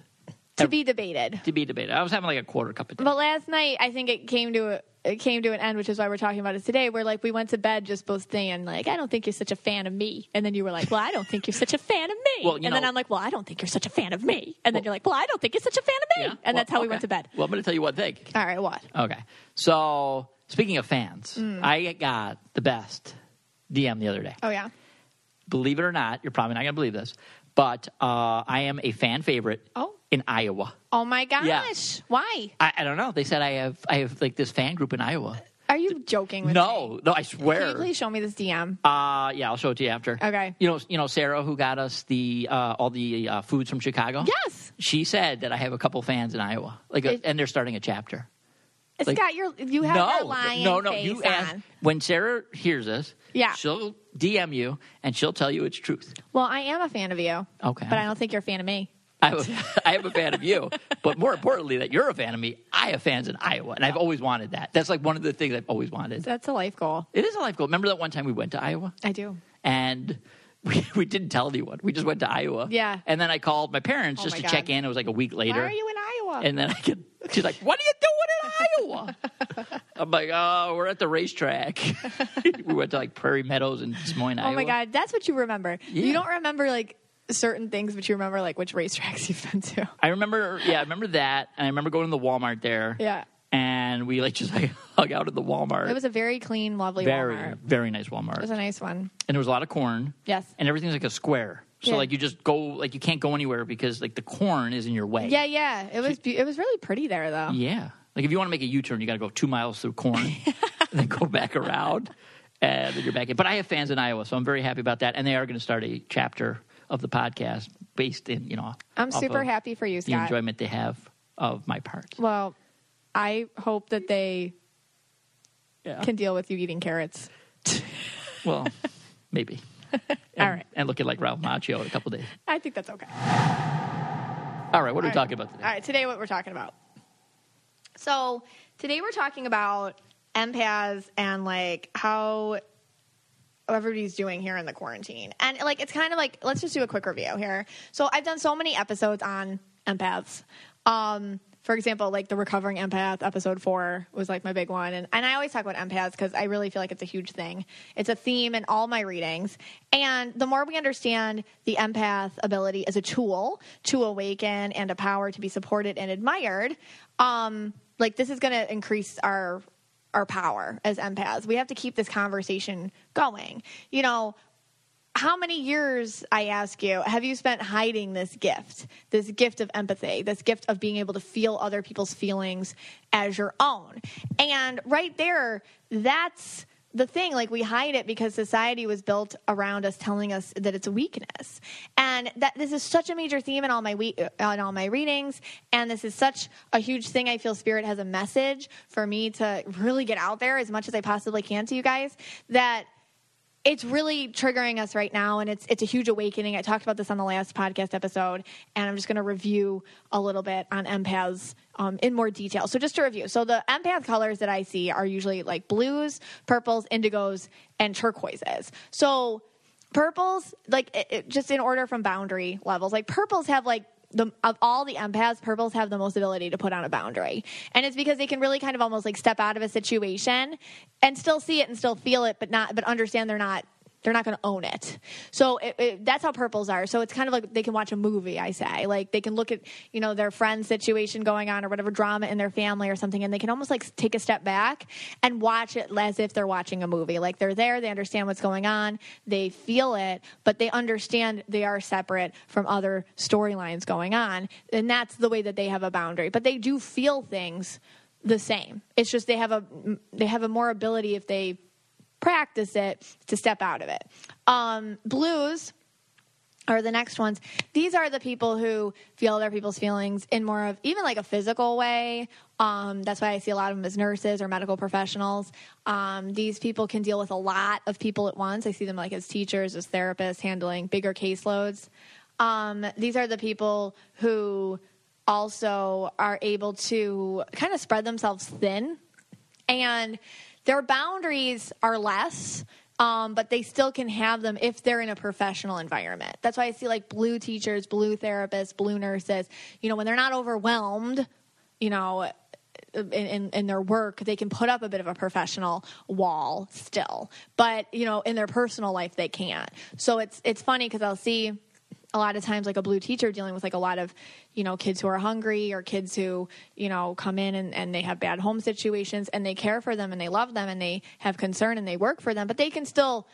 Speaker 1: To be debated.
Speaker 3: to be debated. I was having like a quarter cup a day.
Speaker 1: But last night, I think it came to a, it came to an end, which is why we're talking about it today. Where like we went to bed just both saying like, I don't think you're such a fan of me, and then you were like, Well, I don't think you're such a fan of me,
Speaker 3: Well,
Speaker 1: and
Speaker 3: you
Speaker 1: then
Speaker 3: know-
Speaker 1: I'm like, Well, I don't think you're such a fan of me, and then
Speaker 3: Well-
Speaker 1: you're like, Well, I don't think you're such a fan of me,
Speaker 3: Yeah?
Speaker 1: and
Speaker 3: Well,
Speaker 1: that's how we
Speaker 3: okay.
Speaker 1: went to bed.
Speaker 3: Well, I'm going to tell you one thing.
Speaker 1: All right, what?
Speaker 3: Okay. So speaking of fans,
Speaker 1: Mm.
Speaker 3: I got the best DM the other day.
Speaker 1: Oh yeah.
Speaker 3: Believe it or not, you're probably not going to believe this, but uh, I am a fan favorite
Speaker 1: Oh.
Speaker 3: in Iowa.
Speaker 1: Oh my gosh.
Speaker 3: Yeah.
Speaker 1: Why?
Speaker 3: I, I don't know. They said I have I have like this fan group in Iowa.
Speaker 1: Are you joking with me?
Speaker 3: No, no, I swear.
Speaker 1: Can you please show me this DM?
Speaker 3: Uh, yeah, I'll show it to you after.
Speaker 1: Okay.
Speaker 3: You know, you know, Sarah, who got us the uh, all the uh, foods from Chicago.
Speaker 1: Yes.
Speaker 3: She said that I have a couple fans in Iowa, like, a,
Speaker 1: It-
Speaker 3: and they're starting a chapter. like-
Speaker 1: Scott, you're you have that lion
Speaker 3: no, no.
Speaker 1: face
Speaker 3: You
Speaker 1: on.
Speaker 3: ask when Sarah hears this.
Speaker 1: Yeah.
Speaker 3: She'll DM you and she'll tell you it's truth.
Speaker 1: Well, I am a fan of you.
Speaker 3: Okay.
Speaker 1: But I don't think you're a fan of me.
Speaker 3: I, have- I am a <laughs> fan of you, but more importantly, that you're a fan of me. I have fans in Iowa, and I've always wanted that. That's like one of the things I've always wanted.
Speaker 1: That's a life goal.
Speaker 3: It is a life goal. Remember that one time we went to Iowa?
Speaker 1: I do.
Speaker 3: and <laughs> we, we didn't tell anyone. We just went to Iowa.
Speaker 1: Yeah.
Speaker 3: And then I called my parents
Speaker 1: Oh
Speaker 3: just
Speaker 1: my
Speaker 3: to
Speaker 1: God.
Speaker 3: check in. It was like a week later.
Speaker 1: Why are you in Iowa?
Speaker 3: And then I could, she's like, "What are you doing in
Speaker 1: <laughs>
Speaker 3: Iowa?" I'm like, "Oh, we're at the racetrack." <laughs> we went to like Prairie Meadows in Des Moines,
Speaker 1: oh
Speaker 3: Iowa.
Speaker 1: my god, that's what you remember. You
Speaker 3: Yeah.
Speaker 1: don't remember like certain things, but you remember like which racetracks <laughs> you've been to.
Speaker 3: I remember, yeah, I remember that, and I remember going to the Walmart there.
Speaker 1: Yeah.
Speaker 3: And we like just like <laughs> hung out at the Walmart.
Speaker 1: It was a very clean, lovely
Speaker 3: very,
Speaker 1: Walmart. It
Speaker 3: very nice Walmart.
Speaker 1: was a nice one.
Speaker 3: and there was a lot of corn.
Speaker 1: Yes.
Speaker 3: And everything's like a square. So
Speaker 1: Yeah.
Speaker 3: like you just go like you can't go anywhere because like the corn is in your way.
Speaker 1: Yeah, yeah. It was be- it was really pretty there though.
Speaker 3: Yeah. Like if you want to make a U turn, you got to go two miles through corn
Speaker 1: <laughs>
Speaker 3: and then go back around and then you're back in. But I have fans in Iowa, so I'm very happy about that. And they are going to start a chapter of the podcast based in, you know,
Speaker 1: I'm
Speaker 3: off
Speaker 1: super
Speaker 3: of
Speaker 1: happy for you,
Speaker 3: the
Speaker 1: Scott.
Speaker 3: enjoyment they have of my parts.
Speaker 1: well, I hope that they
Speaker 3: Yeah.
Speaker 1: can deal with you eating carrots. <laughs>
Speaker 3: well, maybe.
Speaker 1: All right.
Speaker 3: And looking like Ralph Macchio in a couple days.
Speaker 1: I think that's okay.
Speaker 3: All right. What are we
Speaker 1: All right.
Speaker 3: talking about today?
Speaker 1: All right, today what we're talking about. So today we're talking about empaths and like how everybody's doing here in the quarantine. And like it's kind of like let's just do a quick review here. So I've done so many episodes on empaths. Um for example, like the recovering empath episode four was like my big one. And, and I always talk about empaths because I really feel like it's a huge thing. It's a theme in all my readings. And the more we understand the empath ability as a tool to awaken and a power to be supported and admired, um, like this is going to increase our our power as empaths. We have to keep this conversation going. You know, how many years, I ask you, have you spent hiding this gift, this gift of empathy, this gift of being able to feel other people's feelings as your own? And right there, that's the thing. Like, we hide it because society was built around us telling us that it's a weakness. And that this is such a major theme in all my, we- uh, in all my readings. And this is such a huge thing. I feel Spirit has a message for me to really get out there as much as I possibly can to you guys that it's really triggering us right now and it's it's a huge awakening. I talked about this on the last podcast episode and I'm just going to review a little bit on empaths um, in more detail. So just to review. So the empath colors that I see are usually like blues, purples, indigos and turquoises. So purples like it, it- just in order from boundary levels. Like purples have like the of all the empaths, purples have the most ability to put on a boundary, and it's because they can really kind of almost like step out of a situation and still see it and still feel it, but not but understand they're not they're not going to own it. So it, it, that's how purples are. So it's kind of like they can watch a movie. I say like they can look at you know their friend's situation going on or whatever drama in their family or something, and they can almost like take a step back and watch it as if they're watching a movie. Like they're there, they understand what's going on, they feel it, but they understand they are separate from other storylines going on, and that's the way that they have a boundary. But they do feel things the same. It's just they have a they have a more ability if they practice it to step out of it. Um, blues or the next ones these are the people who feel other people's feelings in more of even like a physical way um, that's why i see a lot of them as nurses or medical professionals um, these people can deal with a lot of people at once i see them like as teachers as therapists handling bigger caseloads um, these are the people who also are able to kind of spread themselves thin and their boundaries are less um, but they still can have them if they're in a professional environment that's why i see like blue teachers blue therapists blue nurses you know when they're not overwhelmed you know in, in, in their work they can put up a bit of a professional wall still but you know in their personal life they can't so it's it's funny because i'll see a lot of times like a blue teacher dealing with like a lot of you know kids who are hungry or kids who you know come in and, and they have bad home situations and they care for them and they love them and they have concern and they work for them but they can still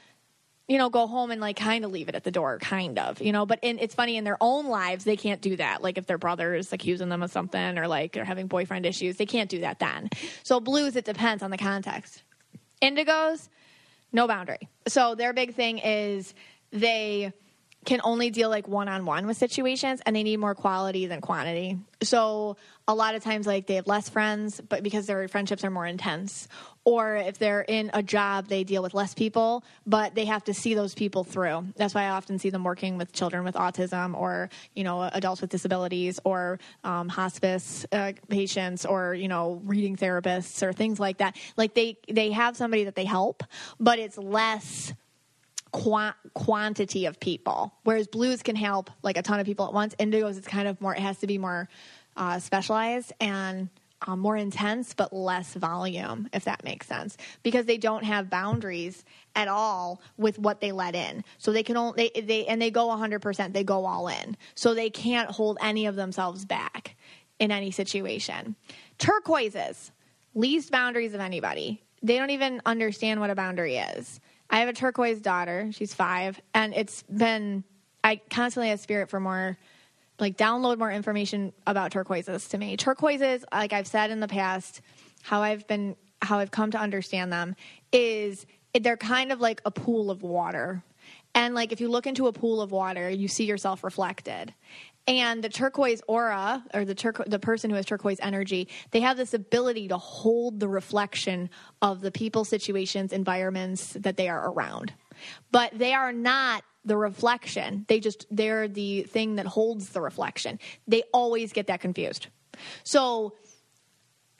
Speaker 1: you know go home and like kind of leave it at the door kind of you know but in, it's funny in their own lives they can't do that like if their brother is accusing them of something or like they're having boyfriend issues they can't do that then so blues it depends on the context indigos no boundary so their big thing is they can only deal like one on one with situations and they need more quality than quantity. So a lot of times like they have less friends but because their friendships are more intense or if they're in a job they deal with less people but they have to see those people through. That's why I often see them working with children with autism or you know adults with disabilities or um, hospice uh, patients or you know reading therapists or things like that. Like they they have somebody that they help but it's less qua- quantity of people. Whereas blues can help like a ton of people at once. Indigos, it's kind of more, it has to be more uh, specialized and um, more intense, but less volume, if that makes sense, because they don't have boundaries at all with what they let in. So they can only, they, they and they go 100%, they go all in. So they can't hold any of themselves back in any situation. Turquoises, least boundaries of anybody. They don't even understand what a boundary is. I have a turquoise daughter. She's five, and it's been I constantly have spirit for more, like download more information about turquoises to me. Turquoises, like I've said in the past, how I've been how I've come to understand them is they're kind of like a pool of water. And like if you look into a pool of water, you see yourself reflected. And the turquoise aura, or the turqu- the person who has turquoise energy, they have this ability to hold the reflection of the people, situations, environments that they are around. But they are not the reflection. They just they're the thing that holds the reflection. They always get that confused. So,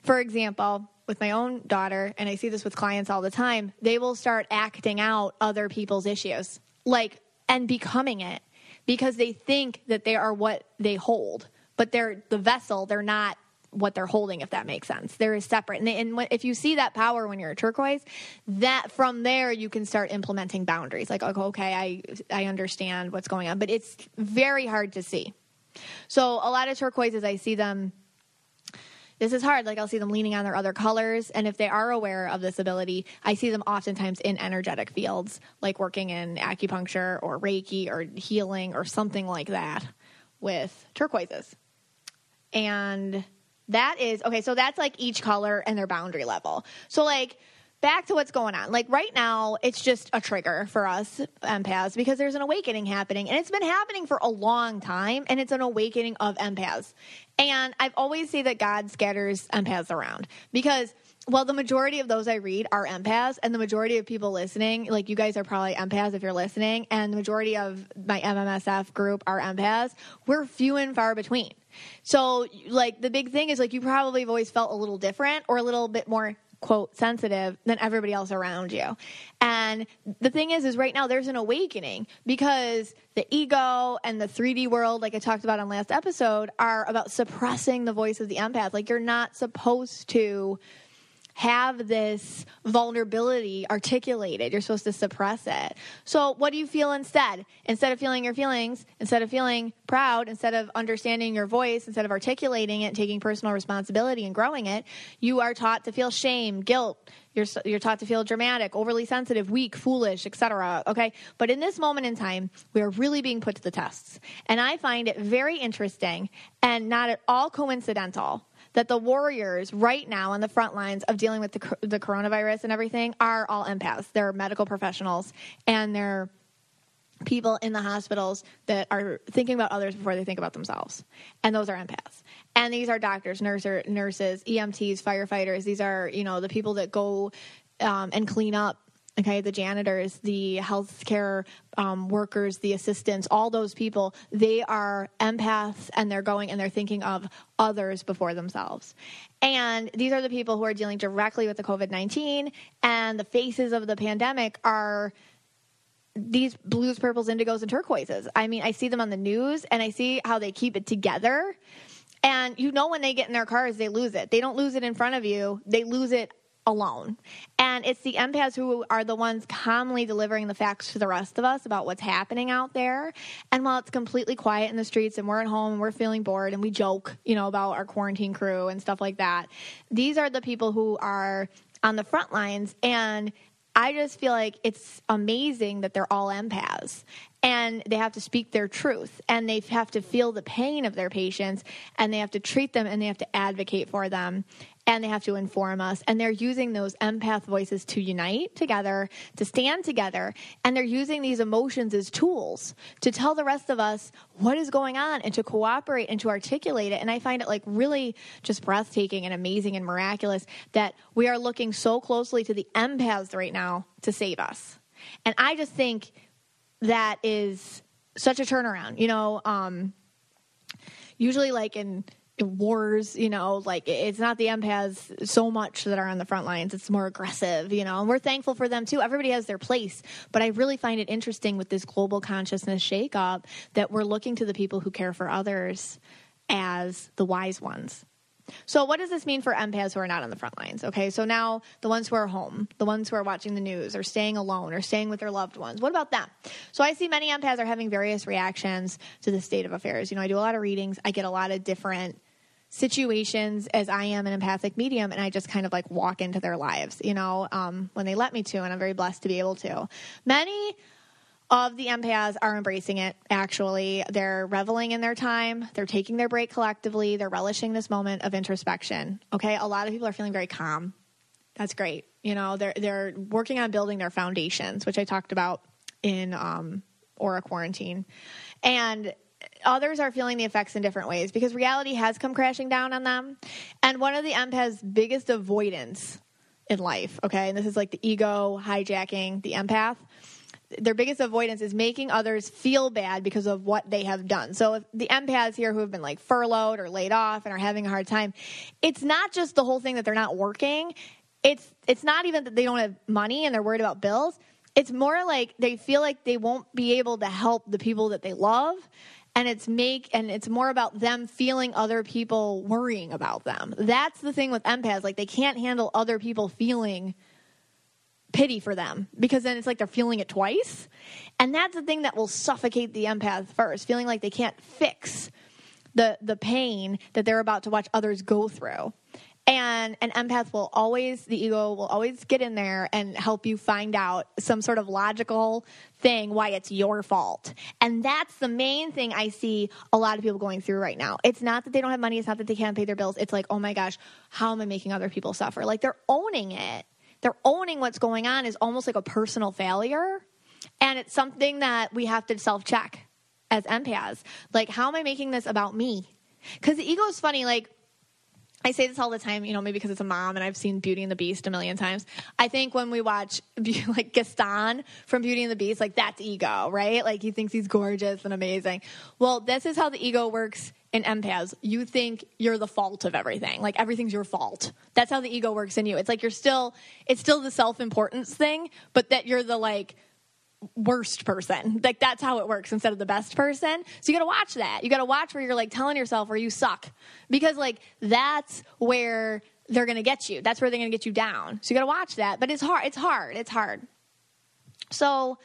Speaker 1: for example, with my own daughter, and I see this with clients all the time, they will start acting out other people's issues, like and becoming it because they think that they are what they hold, but they're the vessel. They're not what they're holding, if that makes sense. They're separate. And, they, and when- if you see that power when you're a turquoise, that from there you can start implementing boundaries. Like, okay, okay, I I understand what's going on, but it's very hard to see. So a lot of turquoises, I see them this is hard. Like I'll see them leaning on their other colors, and if they are aware of this ability, I see them oftentimes in energetic fields, like working in acupuncture or Reiki or healing or something like that with turquoises. And that is okay, so that's like each color and their boundary level. So like back to what's going on. Like right now, it's just a trigger for us empaths because there's an awakening happening and it's been happening for a long time and it's an awakening of empaths. And I've always say that God scatters empaths around because well, the majority of those I read are empaths, and the majority of people listening, like you guys are probably empaths if you're listening, and the majority of my MMSF group are empaths. We're few and far between. So, like, the big thing is, like, you probably have always felt a little different or a little bit more quote sensitive than everybody else around you. And the thing is is right now there's an awakening because the ego and the 3D world like I talked about on last episode are about suppressing the voice of the empath. Like you're not supposed to have this vulnerability articulated. You're supposed to suppress it. So, what do you feel instead? Instead of feeling your feelings, instead of feeling proud, instead of understanding your voice, instead of articulating it, taking personal responsibility and growing it, you are taught to feel shame, guilt. You're, you're taught to feel dramatic, overly sensitive, weak, foolish, etc. Okay, but in this moment in time, we are really being put to the tests, and I find it very interesting and not at all coincidental that the warriors right now on the front lines of dealing with the, cor- the coronavirus and everything are all empaths. They're medical professionals and they're people in the hospitals that are thinking about others before they think about themselves and those are empaths and these are doctors nurser, nurses emts firefighters these are you know the people that go um, and clean up okay the janitors the healthcare um, workers the assistants all those people they are empaths and they're going and they're thinking of others before themselves and these are the people who are dealing directly with the covid-19 and the faces of the pandemic are these blues, purples, indigos, and turquoises. I mean, I see them on the news and I see how they keep it together. And you know, when they get in their cars, they lose it. They don't lose it in front of you, they lose it alone. And it's the empaths who are the ones calmly delivering the facts to the rest of us about what's happening out there. And while it's completely quiet in the streets and we're at home and we're feeling bored and we joke, you know, about our quarantine crew and stuff like that, these are the people who are on the front lines and I just feel like it's amazing that they're all empaths and they have to speak their truth and they have to feel the pain of their patients and they have to treat them and they have to advocate for them and they have to inform us and they're using those empath voices to unite together to stand together and they're using these emotions as tools to tell the rest of us what is going on and to cooperate and to articulate it and i find it like really just breathtaking and amazing and miraculous that we are looking so closely to the empaths right now to save us and i just think that is such a turnaround. You know, um, usually like in, in wars, you know, like it- it's not the empaths so much that are on the front lines. It's more aggressive, you know, and we're thankful for them too. Everybody has their place. But I really find it interesting with this global consciousness shakeup that we're looking to the people who care for others as the wise ones. So, what does this mean for empaths who are not on the front lines? Okay, so now the ones who are home, the ones who are watching the news or staying alone or staying with their loved ones, what about them? So, I see many empaths are having various reactions to the state of affairs. You know, I do a lot of readings, I get a lot of different situations as I am an empathic medium and I just kind of like walk into their lives, you know, um, when they let me to, and I'm very blessed to be able to. Many of the empaths are embracing it actually they're reveling in their time they're taking their break collectively they're relishing this moment of introspection okay a lot of people are feeling very calm that's great you know they're they're working on building their foundations which i talked about in um aura quarantine and others are feeling the effects in different ways because reality has come crashing down on them and one of the empath's biggest avoidance in life okay and this is like the ego hijacking the empath their biggest avoidance is making others feel bad because of what they have done. So if the empaths here who have been like furloughed or laid off and are having a hard time, it's not just the whole thing that they're not working. It's it's not even that they don't have money and they're worried about bills. It's more like they feel like they won't be able to help the people that they love and it's make and it's more about them feeling other people worrying about them. That's the thing with empaths like they can't handle other people feeling pity for them because then it's like they're feeling it twice. And that's the thing that will suffocate the empath first, feeling like they can't fix the the pain that they're about to watch others go through. And an empath will always the ego will always get in there and help you find out some sort of logical thing why it's your fault. And that's the main thing I see a lot of people going through right now. It's not that they don't have money, it's not that they can't pay their bills. It's like, "Oh my gosh, how am I making other people suffer?" Like they're owning it they're owning what's going on is almost like a personal failure and it's something that we have to self-check as empaths like how am i making this about me because the ego is funny like I say this all the time, you know, maybe because it's a mom and I've seen Beauty and the Beast a million times. I think when we watch <laughs> Be- like Gaston from Beauty and the Beast, like that's ego, right? Like he thinks he's gorgeous and amazing. Well, this is how the ego works in empaths. You think you're the fault of everything. Like everything's your fault. That's how the ego works in you. It's like you're still it's still the self-importance thing, but that you're the like worst person. Like that's how it works instead of the best person. So you got to watch that. You got to watch where you're like telling yourself where you suck because like that's where they're going to get you. That's where they're going to get you down. So you got to watch that. But it's hard. It's hard. It's hard. So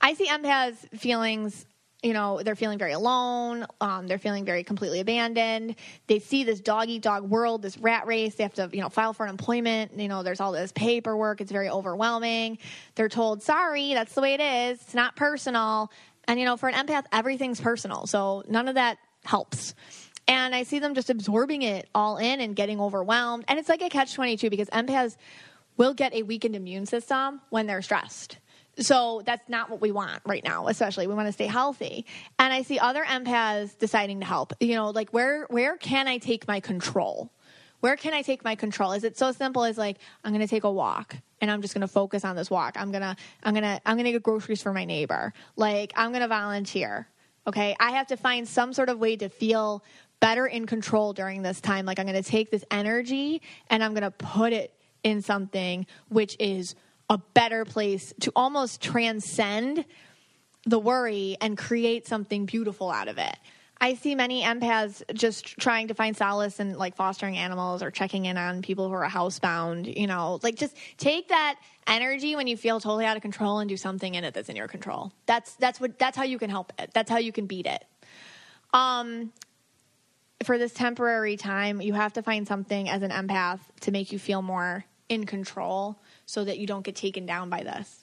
Speaker 1: I see empaths feelings. You know, they're feeling very alone. Um, they're feeling very completely abandoned. They see this dog eat dog world, this rat race. They have to, you know, file for unemployment. You know, there's all this paperwork. It's very overwhelming. They're told, sorry, that's the way it is. It's not personal. And, you know, for an empath, everything's personal. So none of that helps. And I see them just absorbing it all in and getting overwhelmed. And it's like a catch 22 because empaths will get a weakened immune system when they're stressed So that's not what we want right now, especially. We want to stay healthy. And I see other empaths deciding to help. You know, like where where can I take my control? Where can I take my control? Is it so simple as like I'm going to take a walk and I'm just going to focus on this walk. I'm going to I'm going to I'm going to get groceries for my neighbor. Like I'm going to volunteer. Okay? I have to find some sort of way to feel better in control during this time. Like I'm going to take this energy and I'm going to put it in something which is a better place to almost transcend the worry and create something beautiful out of it. I see many empaths just trying to find solace in like fostering animals or checking in on people who are housebound, you know, like just take that energy when you feel totally out of control and do something in it that's in your control. That's that's what that's how you can help it. That's how you can beat it. Um for this temporary time, you have to find something as an empath to make you feel more in control so that you don't get taken down by this.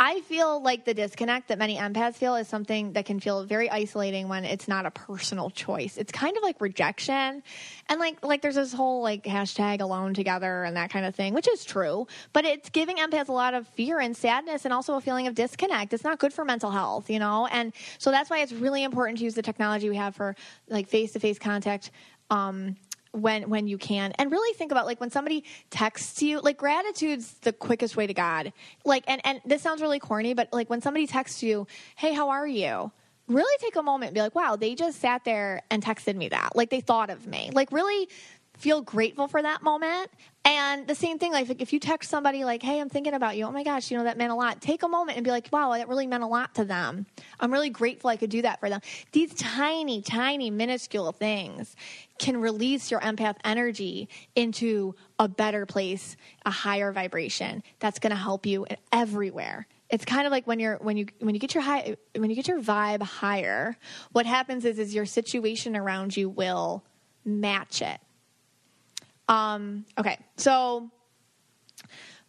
Speaker 1: I feel like the disconnect that many empaths feel is something that can feel very isolating when it's not a personal choice. It's kind of like rejection. And like like there's this whole like hashtag alone together and that kind of thing, which is true. But it's giving empaths a lot of fear and sadness and also a feeling of disconnect. It's not good for mental health, you know? And so that's why it's really important to use the technology we have for like face to face contact. Um, when when you can and really think about like when somebody texts you like gratitude's the quickest way to god like and and this sounds really corny but like when somebody texts you hey how are you really take a moment and be like wow they just sat there and texted me that like they thought of me like really feel grateful for that moment and the same thing like if you text somebody like hey i'm thinking about you oh my gosh you know that meant a lot take a moment and be like wow that really meant a lot to them i'm really grateful i could do that for them these tiny tiny minuscule things can release your empath energy into a better place a higher vibration that's going to help you in- everywhere it's kind of like when you're when you when you get your high when you get your vibe higher what happens is is your situation around you will match it um, okay, so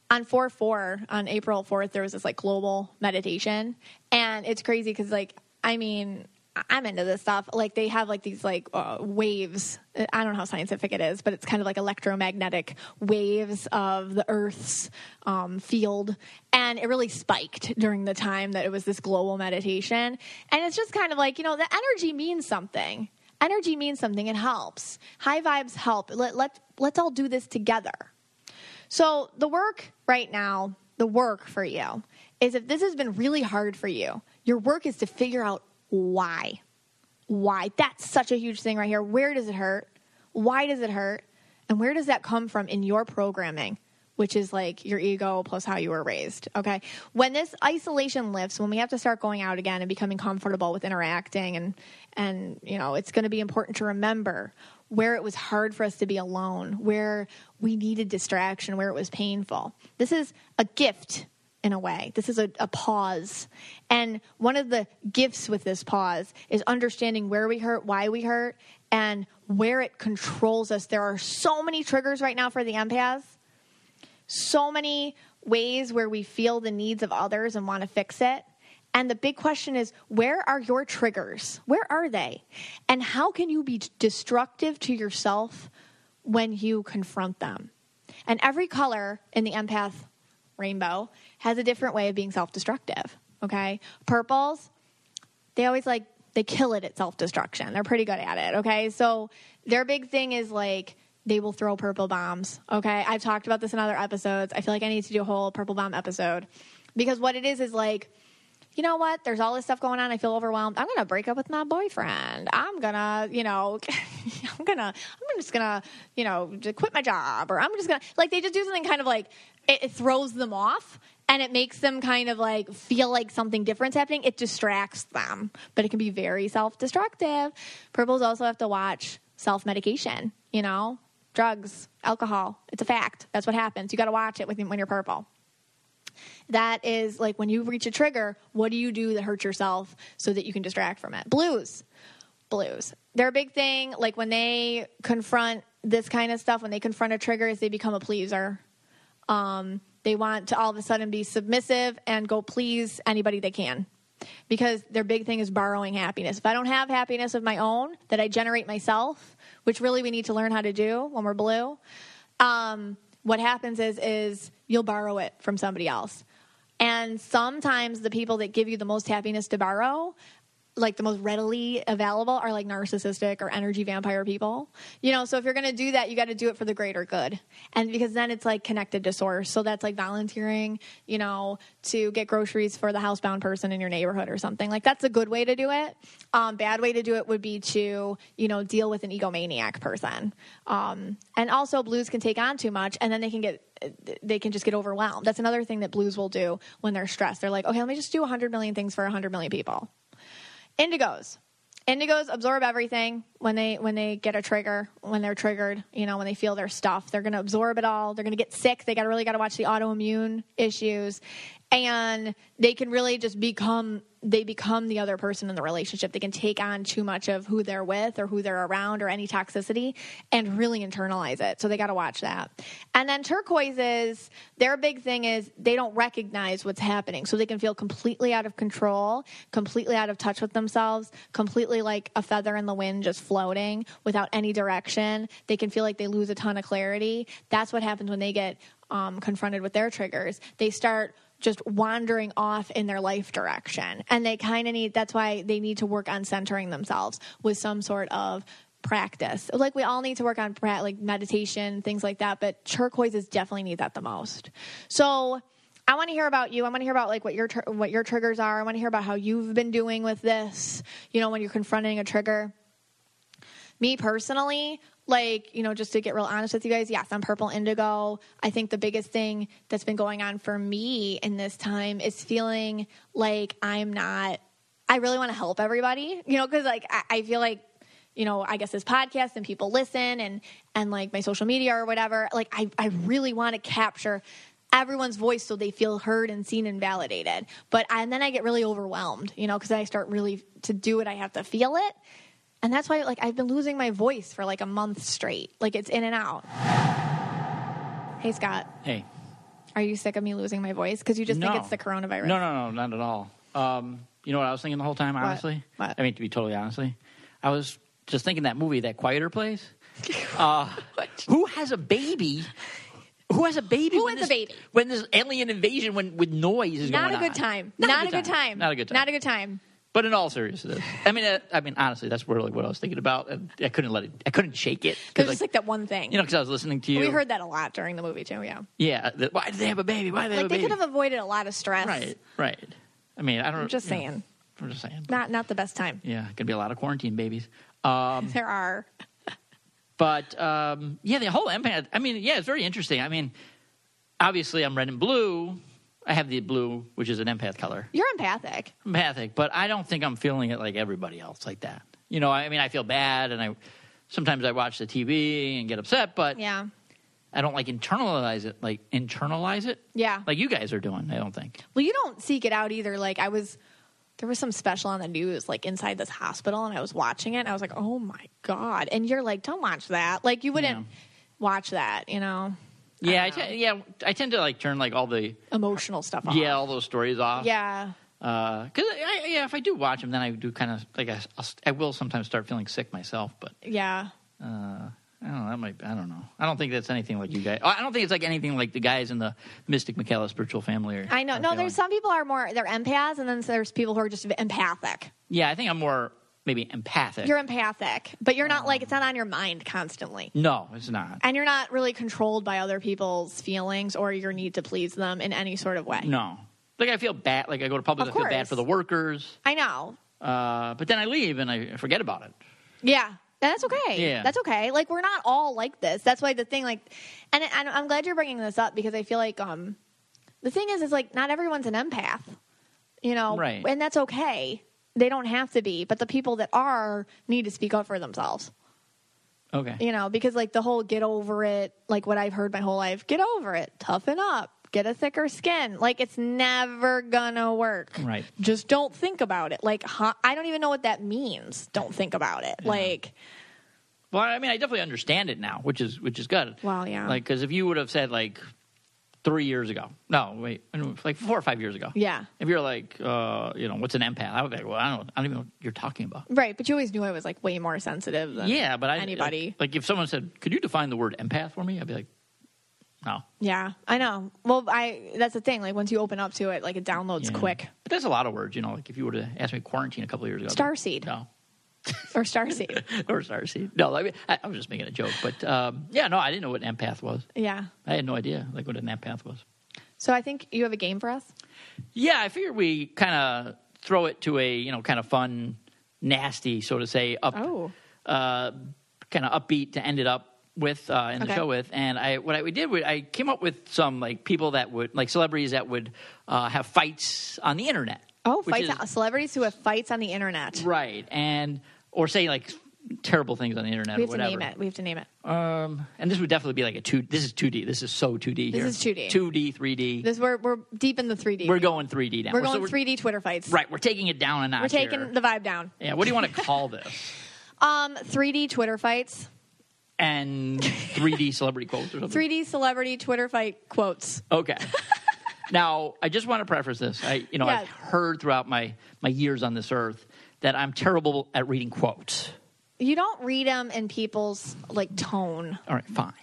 Speaker 1: on 4 4, on April 4th, there was this like global meditation. And it's crazy because, like, I mean, I- I'm into this stuff. Like, they have like these like uh, waves. I don't know how scientific it is, but it's kind of like electromagnetic waves of the Earth's um, field. And it really spiked during the time that it was this global meditation. And it's just kind of like, you know, the energy means something energy means something it helps high vibes help let, let, let's all do this together so the work right now the work for you is if this has been really hard for you your work is to figure out why why that's such a huge thing right here where does it hurt why does it hurt and where does that come from in your programming which is like your ego plus how you were raised okay when this isolation lifts when we have to start going out again and becoming comfortable with interacting and and you know it's going to be important to remember where it was hard for us to be alone where we needed distraction where it was painful this is a gift in a way. This is a, a pause. And one of the gifts with this pause is understanding where we hurt, why we hurt, and where it controls us. There are so many triggers right now for the empaths, so many ways where we feel the needs of others and want to fix it. And the big question is where are your triggers? Where are they? And how can you be destructive to yourself when you confront them? And every color in the empath rainbow has a different way of being self destructive. Okay. Purples, they always like, they kill it at self destruction. They're pretty good at it. Okay. So their big thing is like, they will throw purple bombs. Okay. I've talked about this in other episodes. I feel like I need to do a whole purple bomb episode because what it is is like, you know what? There's all this stuff going on. I feel overwhelmed. I'm gonna break up with my boyfriend. I'm gonna, you know, <laughs> I'm gonna, I'm just gonna, you know, j- quit my job, or I'm just gonna, like, they just do something kind of like it, it throws them off, and it makes them kind of like feel like something different's happening. It distracts them, but it can be very self-destructive. Purples also have to watch self-medication. You know, drugs, alcohol. It's a fact. That's what happens. You got to watch it with when you're purple that is like when you reach a trigger, what do you do that hurts yourself so that you can distract from it? Blues. Blues. They're a big thing. Like when they confront this kind of stuff, when they confront a trigger, is they become a pleaser. Um, they want to all of a sudden be submissive and go please anybody they can because their big thing is borrowing happiness. If I don't have happiness of my own that I generate myself, which really we need to learn how to do when we're blue, um, what happens is is you'll borrow it from somebody else. And sometimes the people that give you the most happiness to borrow, like the most readily available, are like narcissistic or energy vampire people. You know, so if you're going to do that, you got to do it for the greater good. And because then it's like connected to source. So that's like volunteering, you know, to get groceries for the housebound person in your neighborhood or something. Like that's a good way to do it. Um, bad way to do it would be to, you know, deal with an egomaniac person. Um, and also, blues can take on too much and then they can get they can just get overwhelmed. That's another thing that blues will do when they're stressed. They're like, okay, let me just do 100 million things for 100 million people. Indigos. Indigos absorb everything when they when they get a trigger, when they're triggered, you know, when they feel their stuff. They're going to absorb it all. They're going to get sick. They got to really got to watch the autoimmune issues and they can really just become they become the other person in the relationship. They can take on too much of who they're with or who they're around or any toxicity and really internalize it. So they got to watch that. And then turquoises, their big thing is they don't recognize what's happening. So they can feel completely out of control, completely out of touch with themselves, completely like a feather in the wind just floating without any direction. They can feel like they lose a ton of clarity. That's what happens when they get um, confronted with their triggers. They start just wandering off in their life direction. And they kind of need, that's why they need to work on centering themselves with some sort of practice. Like we all need to work on pra- like meditation, things like that, but turquoises definitely need that the most. So I want to hear about you. I want to hear about like what your tr- what your triggers are. I want to hear about how you've been doing with this, you know, when you're confronting a trigger. Me personally, like you know just to get real honest with you guys yes i'm purple indigo i think the biggest thing that's been going on for me in this time is feeling like i'm not i really want to help everybody you know because like I, I feel like you know i guess this podcast and people listen and and like my social media or whatever like i, I really want to capture everyone's voice so they feel heard and seen and validated but and then i get really overwhelmed you know because i start really to do it i have to feel it and that's why like I've been losing my voice for like a month straight. Like it's in and out. Hey Scott,
Speaker 3: Hey,
Speaker 1: are you sick of me losing my voice? Because you just
Speaker 3: no.
Speaker 1: think it's the coronavirus.
Speaker 3: No, no, no, not at all. Um, you know what I was thinking the whole time, honestly?
Speaker 1: What?
Speaker 3: I mean, to be totally honestly, I was just thinking that movie, that
Speaker 1: <laughs>
Speaker 3: Quieter Place. Uh, who has a baby? Who has a baby?
Speaker 1: Who
Speaker 3: when
Speaker 1: has a
Speaker 3: this-
Speaker 1: baby?
Speaker 3: When this alien invasion, when with noise is
Speaker 1: Not a
Speaker 3: going
Speaker 1: good
Speaker 3: on.
Speaker 1: time. Not, a good time.
Speaker 3: Not a good time.
Speaker 1: Not a good time.
Speaker 3: But in all seriousness, I mean, uh, I mean, honestly, that's really what I was thinking about, and I couldn't let it. I couldn't shake it
Speaker 1: It was just like that one thing.
Speaker 3: you know, because I was listening to you.
Speaker 1: we heard that a lot during the movie too. Yeah,
Speaker 3: Yeah. the- why did they have a baby? Why did they
Speaker 1: like
Speaker 3: have
Speaker 1: they
Speaker 3: a baby?
Speaker 1: could have avoided a lot of stress.
Speaker 3: Right. Right. I mean, I don't.
Speaker 1: I'm just
Speaker 3: you know,
Speaker 1: saying.
Speaker 3: I'm just saying.
Speaker 1: Not not the best time.
Speaker 3: Yeah, gonna be a lot of quarantine babies. Um,
Speaker 1: There are.
Speaker 3: but um, yeah, the whole empath. I mean, yeah, it's very interesting. I mean, obviously, I'm red and blue. I have the blue, which is an empath color,
Speaker 1: You're empathic.
Speaker 3: empathic. But I don't think I'm feeling it like everybody else, like that. You know, I mean, I feel bad, and I sometimes I watch the TV and get upset, but
Speaker 1: Yeah.
Speaker 3: I don't like internalize it, like internalize it,
Speaker 1: Yeah.
Speaker 3: like you guys are doing. I don't think.
Speaker 1: Well, you don't seek it out either. Like I was, there was some special on the news, like inside this hospital, and I was watching it, and I was like, oh my god! And you're like, don't watch that. Like you wouldn't
Speaker 3: Yeah.
Speaker 1: watch that, you know?
Speaker 3: Yeah, I
Speaker 1: don't know.
Speaker 3: te- yeah, I tend to like turn like all the
Speaker 1: Emotional stuff. Off.
Speaker 3: yeah all those stories off.
Speaker 1: yeah.
Speaker 3: because Uh, I, yeah, if I do watch them, then I do kind of like I, I'll, I will sometimes start feeling sick myself. But
Speaker 1: Yeah.
Speaker 3: uh, I don't know. That might I don't know. I don't think that's anything like you guys. I don't think it's like anything like the guys in the Mystic Michaela spiritual family. Or,
Speaker 1: I know. No, there's some people are more they're empaths, and then there's people who are just empathic.
Speaker 3: Yeah, I think I'm more maybe empathic.
Speaker 1: You're empathic, but you're not like it's not on your mind constantly.
Speaker 3: no, it's not.
Speaker 1: And you're not really controlled by other people's feelings or your need to please them in any sort of way.
Speaker 3: no, like I feel bad. Like I go to public, I
Speaker 1: Of
Speaker 3: feel bad
Speaker 1: course.
Speaker 3: for the workers.
Speaker 1: I know.
Speaker 3: Uh, but then I leave and I forget about it.
Speaker 1: Yeah. That's okay.
Speaker 3: Yeah.
Speaker 1: That's okay. Like we're not all like this. That's why the thing like and I- and I'm glad you're bringing this up because I feel like um the thing is is like not everyone's an empath. You know,
Speaker 3: Right.
Speaker 1: and that's okay. They don't have to be, but the people that are need to speak up for themselves.
Speaker 3: Okay.
Speaker 1: You know, because like the whole get over it, like what I've heard my whole life, get over it, toughen up, get a thicker skin. Like it's never gonna work.
Speaker 3: Right.
Speaker 1: Just don't think about it. Like huh, I don't even know what that means. Don't think about it. Like
Speaker 3: Well, I mean, I definitely understand it now, which is which is good.
Speaker 1: Well, yeah.
Speaker 3: Like, because if you would have said like three years ago, no, wait, I don't know, like four or five years ago,
Speaker 1: Yeah.
Speaker 3: If you're like, uh, you know, what's an empath? I would be like, well, I don't, I don't even know what you're talking about.
Speaker 1: Right, but you always knew I was like way more sensitive than
Speaker 3: yeah, but I
Speaker 1: anybody.
Speaker 3: like, if someone said, could you define the word empath for me? I'd be like, No.
Speaker 1: Yeah, I know. Well, I that's the thing. Like once you open up to it, like it downloads
Speaker 3: Yeah.
Speaker 1: quick. <laughs>
Speaker 3: But there's a lot of words, you know. Like if you were to ask me quarantine a couple of years ago, I'd be-
Speaker 1: Starseed.
Speaker 3: No. <laughs>
Speaker 1: Or starseed.
Speaker 3: Or starseed. No, I, mean, I, I was just making a joke. But um, yeah, no, I didn't know what an empath was.
Speaker 1: yeah.
Speaker 3: I had no idea like what an empath was.
Speaker 1: So I think you have a game for us.
Speaker 3: Yeah, I figured we kind of throw it to a you know kind of fun, nasty, so to say, up,
Speaker 1: Oh.
Speaker 3: uh, kind of upbeat to end it up with uh, in the
Speaker 1: Okay.
Speaker 3: show with. And I what I we did was I came up with some like people that would like celebrities that would uh, have fights on the internet.
Speaker 1: Oh,
Speaker 3: which
Speaker 1: fights
Speaker 3: is-
Speaker 1: on, celebrities who have fights on the internet.
Speaker 3: right? And or say like terrible things on the internet
Speaker 1: We
Speaker 3: or
Speaker 1: have to
Speaker 3: whatever.
Speaker 1: name it. We have to name it.
Speaker 3: Um, and this would definitely be like a two. This is two D. This is so two D
Speaker 1: This
Speaker 3: here.
Speaker 1: is 2D.
Speaker 3: Two D, three D.
Speaker 1: This we're we're deep in the 3D.
Speaker 3: We're going three D now.
Speaker 1: We're
Speaker 3: So
Speaker 1: going 3D Twitter fights.
Speaker 3: Right, we're taking it down a notch.
Speaker 1: We're taking
Speaker 3: here.
Speaker 1: the vibe down.
Speaker 3: Yeah, what do you want to call this?
Speaker 1: Um, 3D Twitter fights.
Speaker 3: And 3D celebrity quotes or something?
Speaker 1: 3D celebrity Twitter fight quotes. <laughs>
Speaker 3: Okay. now, I just want to preface this. I, you know, I've
Speaker 1: Yes.
Speaker 3: heard throughout my, my years on this earth that I'm terrible at reading quotes.
Speaker 1: You don't read them in people's like tone.
Speaker 3: All right, fine.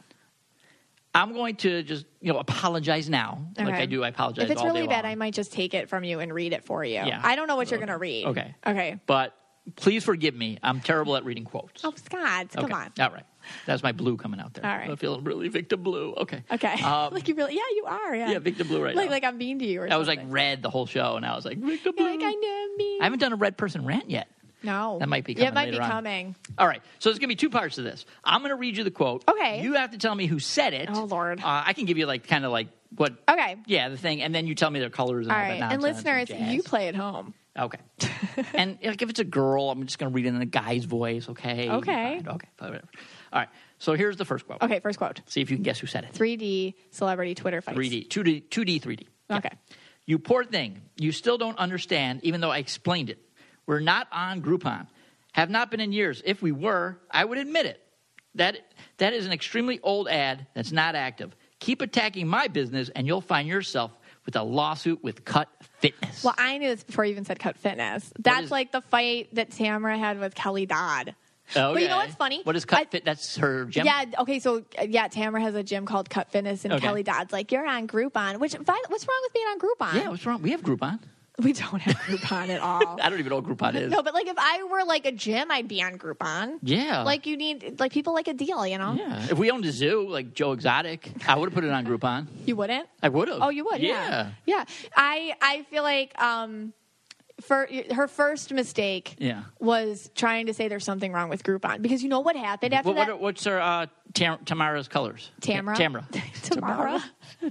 Speaker 3: I'm going to just, you know, apologize now. Like
Speaker 1: Okay.
Speaker 3: I do, I apologize
Speaker 1: If it's
Speaker 3: all
Speaker 1: really
Speaker 3: day
Speaker 1: bad,
Speaker 3: long.
Speaker 1: I might just take it from you and read it for you.
Speaker 3: Yeah.
Speaker 1: I don't know what you're
Speaker 3: Okay.
Speaker 1: going to read.
Speaker 3: Okay.
Speaker 1: Okay.
Speaker 3: But please forgive me. I'm terrible at reading quotes.
Speaker 1: Oh, Scott, come
Speaker 3: Okay.
Speaker 1: on.
Speaker 3: All right. That's my blue coming out there.
Speaker 1: All right.
Speaker 3: I feel really victim blue. Okay.
Speaker 1: Okay. <laughs>
Speaker 3: Um,
Speaker 1: like you really, yeah, you are. Yeah.
Speaker 3: yeah, victim blue right
Speaker 1: like,
Speaker 3: now.
Speaker 1: like I'm mean to you or
Speaker 3: I was like <laughs>
Speaker 1: something.
Speaker 3: red the whole show, and I was like victim blue.
Speaker 1: You're like, I know me.
Speaker 3: I haven't done a red person rant yet.
Speaker 1: no.
Speaker 3: That might be
Speaker 1: Yeah,
Speaker 3: coming
Speaker 1: it might be
Speaker 3: later on.
Speaker 1: coming.
Speaker 3: All right, so there's gonna be two parts to this. I'm gonna read you the quote.
Speaker 1: Okay.
Speaker 3: You have to tell me who said it.
Speaker 1: Oh, Lord.
Speaker 3: Uh, I can give you like kind of like what.
Speaker 1: Okay.
Speaker 3: Yeah, the thing, and then you tell me their colors and
Speaker 1: All
Speaker 3: all,
Speaker 1: right.
Speaker 3: that
Speaker 1: And
Speaker 3: nonsense
Speaker 1: listeners,
Speaker 3: jazz.
Speaker 1: you play at home. <laughs>
Speaker 3: Okay. and like if it's a girl, I'm just gonna read it in a guy's voice. Okay.
Speaker 1: Okay.
Speaker 3: Fine, Okay. fine, Whatever. All right. So here's the first quote.
Speaker 1: Okay. First quote
Speaker 3: See if you can guess who said it.
Speaker 1: 3D celebrity Twitter fights.
Speaker 3: 3D, 2D, 2D, 3D.
Speaker 1: Okay.
Speaker 3: You poor thing. You still don't understand, even though I explained it. We're not on Groupon. Have not been in years. If we were, I would admit it. That, that is an extremely old ad that's not active. Keep attacking my business, and you'll find yourself with a lawsuit with Cut Fitness.
Speaker 1: Well, I knew this before you even said cut fitness. That's
Speaker 3: is-
Speaker 1: like the fight that Tamara had with Kelly Dodd. But
Speaker 3: Okay.
Speaker 1: you know what's funny?
Speaker 3: What is Cut
Speaker 1: I-
Speaker 3: Fit? That's her gym.
Speaker 1: Yeah. Okay. So uh, yeah, Tamara has a gym called Cut Fitness, and
Speaker 3: Okay.
Speaker 1: Kelly Dodd's like, "You're on Groupon." Which Vi- what's wrong with being on Groupon?
Speaker 3: Yeah, what's wrong? We have Groupon.
Speaker 1: <laughs> we don't have Groupon at
Speaker 3: <laughs>
Speaker 1: all.
Speaker 3: I don't even know what Groupon
Speaker 1: <laughs>
Speaker 3: is.
Speaker 1: no, but like if I were like a gym, I'd be on Groupon.
Speaker 3: Yeah.
Speaker 1: Like you need like people like a deal, you know.
Speaker 3: yeah. If we owned a zoo, like Joe Exotic, I would have put it on Groupon.
Speaker 1: You wouldn't.
Speaker 3: I would have.
Speaker 1: Oh, you would. Yeah. Yeah. I I feel like um, for her first mistake.
Speaker 3: Yeah.
Speaker 1: Was trying to say there's something wrong with Groupon because you know what happened after
Speaker 3: What,
Speaker 1: that.
Speaker 3: what, are- what's her uh, Tam- Tamara's colors?
Speaker 1: Tamara.
Speaker 3: Tamara.
Speaker 1: <laughs> Tamara.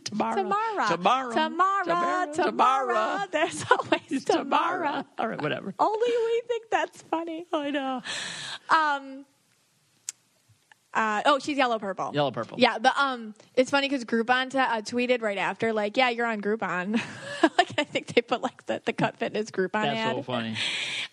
Speaker 3: Tamara.
Speaker 1: Tamara.
Speaker 3: Tamara.
Speaker 1: Tamara. Tamara.
Speaker 3: <laughs>
Speaker 1: There's always Tamara.
Speaker 3: Tamara. All right, whatever.
Speaker 1: Only we think that's funny. <laughs> I know. Um. Uh, oh, she's yellow purple.
Speaker 3: Yellow purple.
Speaker 1: Yeah, but um, it's funny because Groupon t- uh, tweeted right after, like, "Yeah, you're on Groupon." <laughs> like, I think they put like the, the Cut Fitness Groupon
Speaker 3: That's
Speaker 1: ad.
Speaker 3: so funny.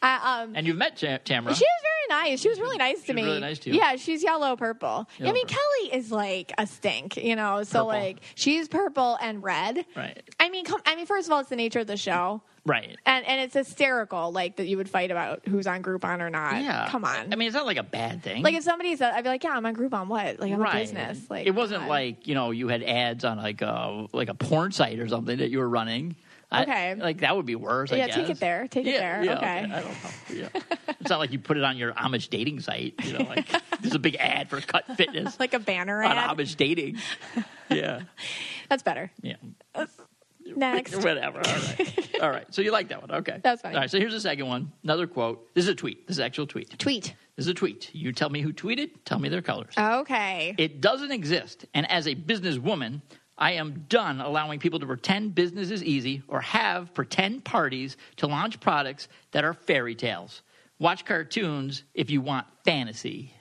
Speaker 1: Uh, um,
Speaker 3: And you've met Tam- Tamara.
Speaker 1: she was very nice. She was really nice to
Speaker 3: was
Speaker 1: me.
Speaker 3: really nice to you.
Speaker 1: Yeah, she's yellow purple. I
Speaker 3: Yellow
Speaker 1: mean,
Speaker 3: purple.
Speaker 1: Kelly is like a stink, you know. So
Speaker 3: Purple.
Speaker 1: like she's purple and red.
Speaker 3: Right.
Speaker 1: I mean, come, I mean, first of all, it's the nature of the show,
Speaker 3: Right.
Speaker 1: and and it's hysterical, like that you would fight about who's on Groupon or not.
Speaker 3: Yeah.
Speaker 1: Come on.
Speaker 3: I mean, it's not like a bad thing.
Speaker 1: like if somebody said, I'd be like, yeah, I'm on Groupon. What? Like I'm
Speaker 3: right.
Speaker 1: a business. Like
Speaker 3: it wasn't
Speaker 1: come on.
Speaker 3: like you know you had ads on like a like a porn site or something that you were running. I-
Speaker 1: Okay.
Speaker 3: like that would be worse. I
Speaker 1: Yeah, take it
Speaker 3: guess.
Speaker 1: there. Take it
Speaker 3: Yeah,
Speaker 1: there.
Speaker 3: yeah,
Speaker 1: Okay.
Speaker 3: I don't know. Yeah. it's not like you put it on your Amish dating site. You know,
Speaker 1: <laughs>
Speaker 3: like this is a big ad for Cut Fitness
Speaker 1: like a banner
Speaker 3: on
Speaker 1: ad.
Speaker 3: Amish dating. Yeah.
Speaker 1: That's better.
Speaker 3: Yeah. <laughs>
Speaker 1: Next.
Speaker 3: Whatever.
Speaker 1: <laughs>
Speaker 3: All right. All right. So you like that one. Okay.
Speaker 1: That was funny.
Speaker 3: All right. So here's the second one. Another quote. This is a tweet. This is an actual tweet.
Speaker 1: Tweet.
Speaker 3: This is a tweet. You tell me who tweeted, tell me their colors.
Speaker 1: Okay.
Speaker 3: it doesn't exist. And as a businesswoman, I am done allowing people to pretend business is easy or have pretend parties to launch products that are fairy tales. Watch cartoons if you want fantasy.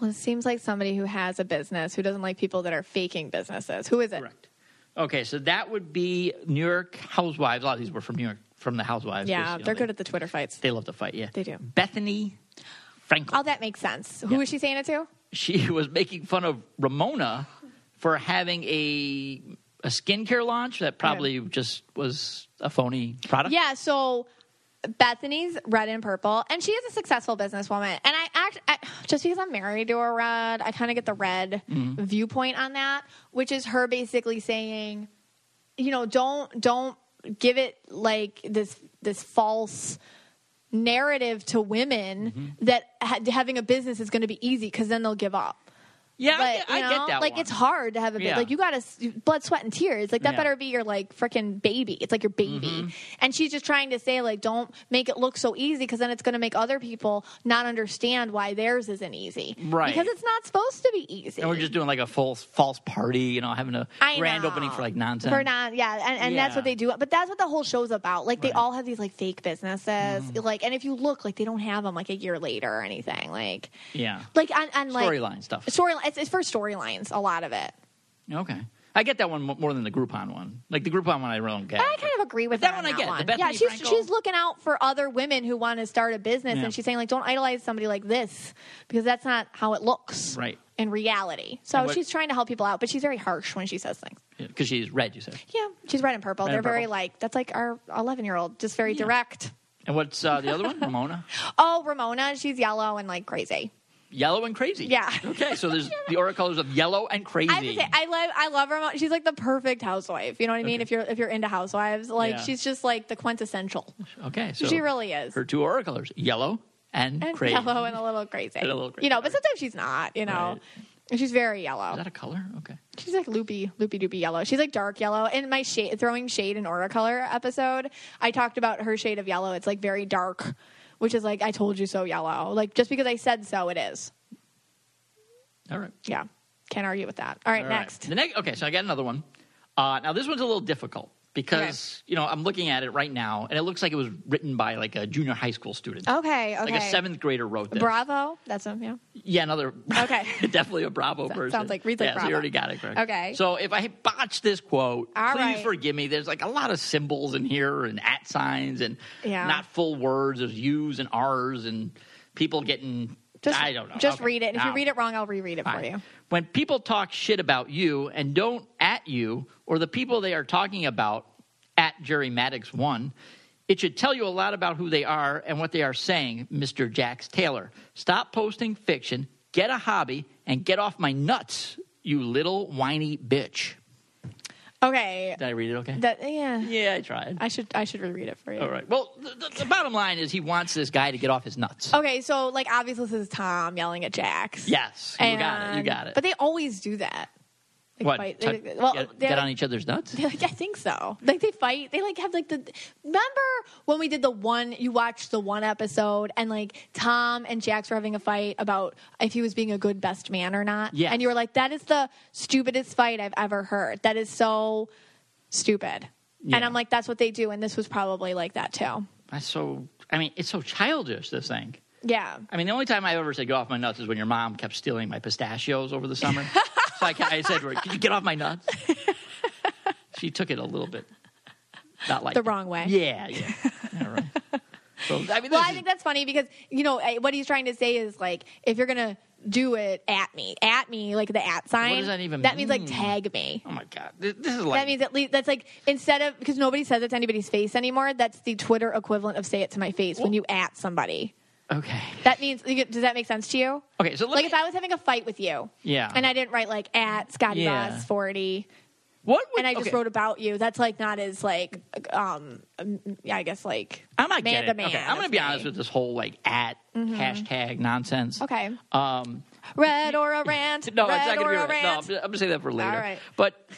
Speaker 1: Well, it seems like somebody who has a business who doesn't like people that are faking businesses. Who is it?
Speaker 3: Correct. Okay, so that would be New York Housewives. A lot of these were from New York, from the Housewives. 'cause,
Speaker 1: Yeah,
Speaker 3: you know,
Speaker 1: they're
Speaker 3: they-
Speaker 1: good at the Twitter fights.
Speaker 3: They love to fight, yeah.
Speaker 1: They do.
Speaker 3: Bethany Frankel.
Speaker 1: All that makes sense. Who was she saying it to?
Speaker 3: she <laughs> was making fun of Ramona for having a a skincare launch that probably just was a phony product.
Speaker 1: Yeah, so Bethany's red and purple, and she is a successful businesswoman. And I act I, just because I'm married to a red, I kind of get the red viewpoint on that, which is her basically saying, you know, don't don't give it like this this false narrative to women that ha- having a business is going to be easy because then they'll give up.
Speaker 3: Yeah, I
Speaker 1: But,
Speaker 3: get- I,
Speaker 1: you know,
Speaker 3: get that.
Speaker 1: Like
Speaker 3: one.
Speaker 1: it's hard to have a bit.
Speaker 3: Yeah.
Speaker 1: Like you got to blood, sweat, and tears. Like that
Speaker 3: Yeah. Mm-hmm.
Speaker 1: better be your like freaking baby. It's like your baby. And she's just trying to say like, don't make it look so easy because then it's going to make other people not understand why theirs isn't easy.
Speaker 3: Right.
Speaker 1: Because it's not supposed to be easy.
Speaker 3: And we're just doing like a false false party, you know, having a
Speaker 1: I
Speaker 3: grand
Speaker 1: know.
Speaker 3: opening for like nonsense.
Speaker 1: For non, yeah, and, and that's what
Speaker 3: Yeah.
Speaker 1: they do. But that's what the whole show's about. Like they
Speaker 3: Right. Mm-hmm.
Speaker 1: all have these like fake businesses. Like, and if you look, like they don't have them like a year later or anything. Like,
Speaker 3: yeah.
Speaker 1: like on, on like
Speaker 3: Storyline stuff.
Speaker 1: Story. It's, it's for storylines. A lot of it.
Speaker 3: Okay. I get that one mo- more than the Groupon one. Like the Groupon one, I really don't get.
Speaker 1: I kind of agree with
Speaker 3: That
Speaker 1: her
Speaker 3: one
Speaker 1: on
Speaker 3: I get, the
Speaker 1: One.
Speaker 3: Bethany
Speaker 1: yeah, she's
Speaker 3: Frankel.
Speaker 1: she's looking out for other women who want to start a business,
Speaker 3: Yeah.
Speaker 1: and she's saying like, don't idolize somebody like this because that's not how it looks
Speaker 3: Right.
Speaker 1: in reality. So
Speaker 3: And what-
Speaker 1: she's trying to help people out, but she's very harsh when she says things.
Speaker 3: because she's red, you said.
Speaker 1: Yeah, she's red and purple.
Speaker 3: Red
Speaker 1: They're
Speaker 3: and
Speaker 1: very
Speaker 3: purple.
Speaker 1: like that's like our eleven year old, just very
Speaker 3: Yeah.
Speaker 1: direct.
Speaker 3: And what's uh, the
Speaker 1: <laughs>
Speaker 3: other one? Ramona,
Speaker 1: Oh, Ramona, she's yellow and like crazy.
Speaker 3: yellow and crazy.
Speaker 1: Yeah.
Speaker 3: Okay,
Speaker 1: <laughs>
Speaker 3: so there's the aura colors of yellow and crazy.
Speaker 1: I have to say, I love I love Ramona. She's like the perfect housewife. You know what I mean?
Speaker 3: Okay.
Speaker 1: If you're if you're into housewives, like
Speaker 3: Yeah.
Speaker 1: she's just like the quintessential.
Speaker 3: okay, so
Speaker 1: she really is.
Speaker 3: her two aura colors: yellow and,
Speaker 1: and
Speaker 3: crazy.
Speaker 1: yellow and a little crazy.
Speaker 3: And a little crazy,
Speaker 1: You know, but sometimes she's not, you know. She's very yellow.
Speaker 3: Is that a color? Okay.
Speaker 1: She's like loopy, loopy doopy yellow. She's like dark yellow. In my shade, throwing shade in aura color episode, I talked about her shade of yellow. It's like very dark, which is like I told you so yellow. Like just because I said so, it is.
Speaker 3: All right.
Speaker 1: Yeah, can't argue with that. All right,
Speaker 3: All right.
Speaker 1: next.
Speaker 3: The next. Okay, so I got another one. Uh, now this one's a little difficult because you know I'm looking at it right now, and it looks like it was written by like a junior high school student.
Speaker 1: Okay, Oh, okay.
Speaker 3: Like a seventh grader wrote this.
Speaker 1: Bravo. That's him. Yeah.
Speaker 3: Yeah, another.
Speaker 1: Okay.
Speaker 3: <laughs> definitely a Bravo
Speaker 1: Sounds
Speaker 3: person.
Speaker 1: like- reads like
Speaker 3: yeah, So
Speaker 1: Bravo.
Speaker 3: you already got it correct.
Speaker 1: Okay.
Speaker 3: So if I botch this quote,
Speaker 1: All
Speaker 3: please
Speaker 1: right.
Speaker 3: forgive me. There's like a lot of symbols in here and at signs and
Speaker 1: Yeah.
Speaker 3: not full words. There's U's and R's and people getting.
Speaker 1: Just
Speaker 3: I don't know.
Speaker 1: Just
Speaker 3: Okay.
Speaker 1: read it. And if
Speaker 3: No.
Speaker 1: you read it wrong, I'll reread it for
Speaker 3: Fine.
Speaker 1: you.
Speaker 3: When people talk shit about you and don't at you, or the people they are talking about at Jerry Maddox one, it should tell you a lot about who they are and what they are saying, Mr. Jax Taylor. Stop posting fiction, get a hobby, and get off my nuts, you little whiny bitch.
Speaker 1: Okay.
Speaker 3: Did I read it okay?
Speaker 1: That yeah.
Speaker 3: yeah, I tried.
Speaker 1: I should I should reread it for you.
Speaker 3: All right. Well, the, the, the bottom line is he wants this guy to get off his nuts.
Speaker 1: Okay, so like obviously this is Tom yelling at Jax.
Speaker 3: Yes, you got it. You
Speaker 1: And-
Speaker 3: got it.
Speaker 1: But they always do that. Like
Speaker 3: what?
Speaker 1: Fight,
Speaker 3: T-
Speaker 1: they- well,
Speaker 3: get,
Speaker 1: they're
Speaker 3: get
Speaker 1: like-
Speaker 3: on
Speaker 1: <laughs>
Speaker 3: each other's nuts?
Speaker 1: they're like, I think so. Like they fight. They like have like the. Remember when we did the one? You watched the one episode, and like Tom and Jax were having a fight about if he was being a good best man or not.
Speaker 3: Yes.
Speaker 1: And you were like, "That is the stupidest fight I've ever heard. That is so stupid." And
Speaker 3: Yeah.
Speaker 1: I'm like, "That's what they do." And this was probably like that too.
Speaker 3: That's so. I mean, it's so childish. This thing.
Speaker 1: Yeah.
Speaker 3: I mean, the only time I ever said "go off my nuts" is when your mom kept stealing my pistachios over
Speaker 1: <laughs>
Speaker 3: the summer. so I, ca- I said, to her, "Could you get off my nuts?" she took it a little bit, not like
Speaker 1: The wrong way.
Speaker 3: Yeah, yeah. All right. So I mean, this
Speaker 1: Well, I
Speaker 3: is-
Speaker 1: think that's funny because you know I- what he's trying to say is like if you're gonna do it at me, at me, like the at sign.
Speaker 3: does that even
Speaker 1: That means like
Speaker 3: mean?
Speaker 1: tag me.
Speaker 3: oh my god, Th- this is like
Speaker 1: That means at least that's like instead of because nobody says it to anybody's face anymore. That's the Twitter equivalent of say it to my face when you at somebody.
Speaker 3: okay.
Speaker 1: That means you get- does that make sense to you?
Speaker 3: Okay, so let
Speaker 1: Like
Speaker 3: me-
Speaker 1: if I was having a fight with you,
Speaker 3: Yeah.
Speaker 1: and I didn't write like at Scotty
Speaker 3: Yeah.
Speaker 1: Boss forty,
Speaker 3: what would,
Speaker 1: and I just
Speaker 3: okay.
Speaker 1: wrote about you. That's like not as like um um, yeah, I guess like
Speaker 3: I'm not
Speaker 1: man
Speaker 3: getting.
Speaker 1: to man.
Speaker 3: okay, I'm gonna
Speaker 1: It's
Speaker 3: be
Speaker 1: me.
Speaker 3: honest with this whole like at hashtag nonsense.
Speaker 1: Okay.
Speaker 3: Um,
Speaker 1: Red or a rant.
Speaker 3: <laughs> No,
Speaker 1: red
Speaker 3: it's not going
Speaker 1: or
Speaker 3: to be.
Speaker 1: a
Speaker 3: Right. No, I'm,
Speaker 1: rant.
Speaker 3: just- I'm going to say that for later.
Speaker 1: All right.
Speaker 3: But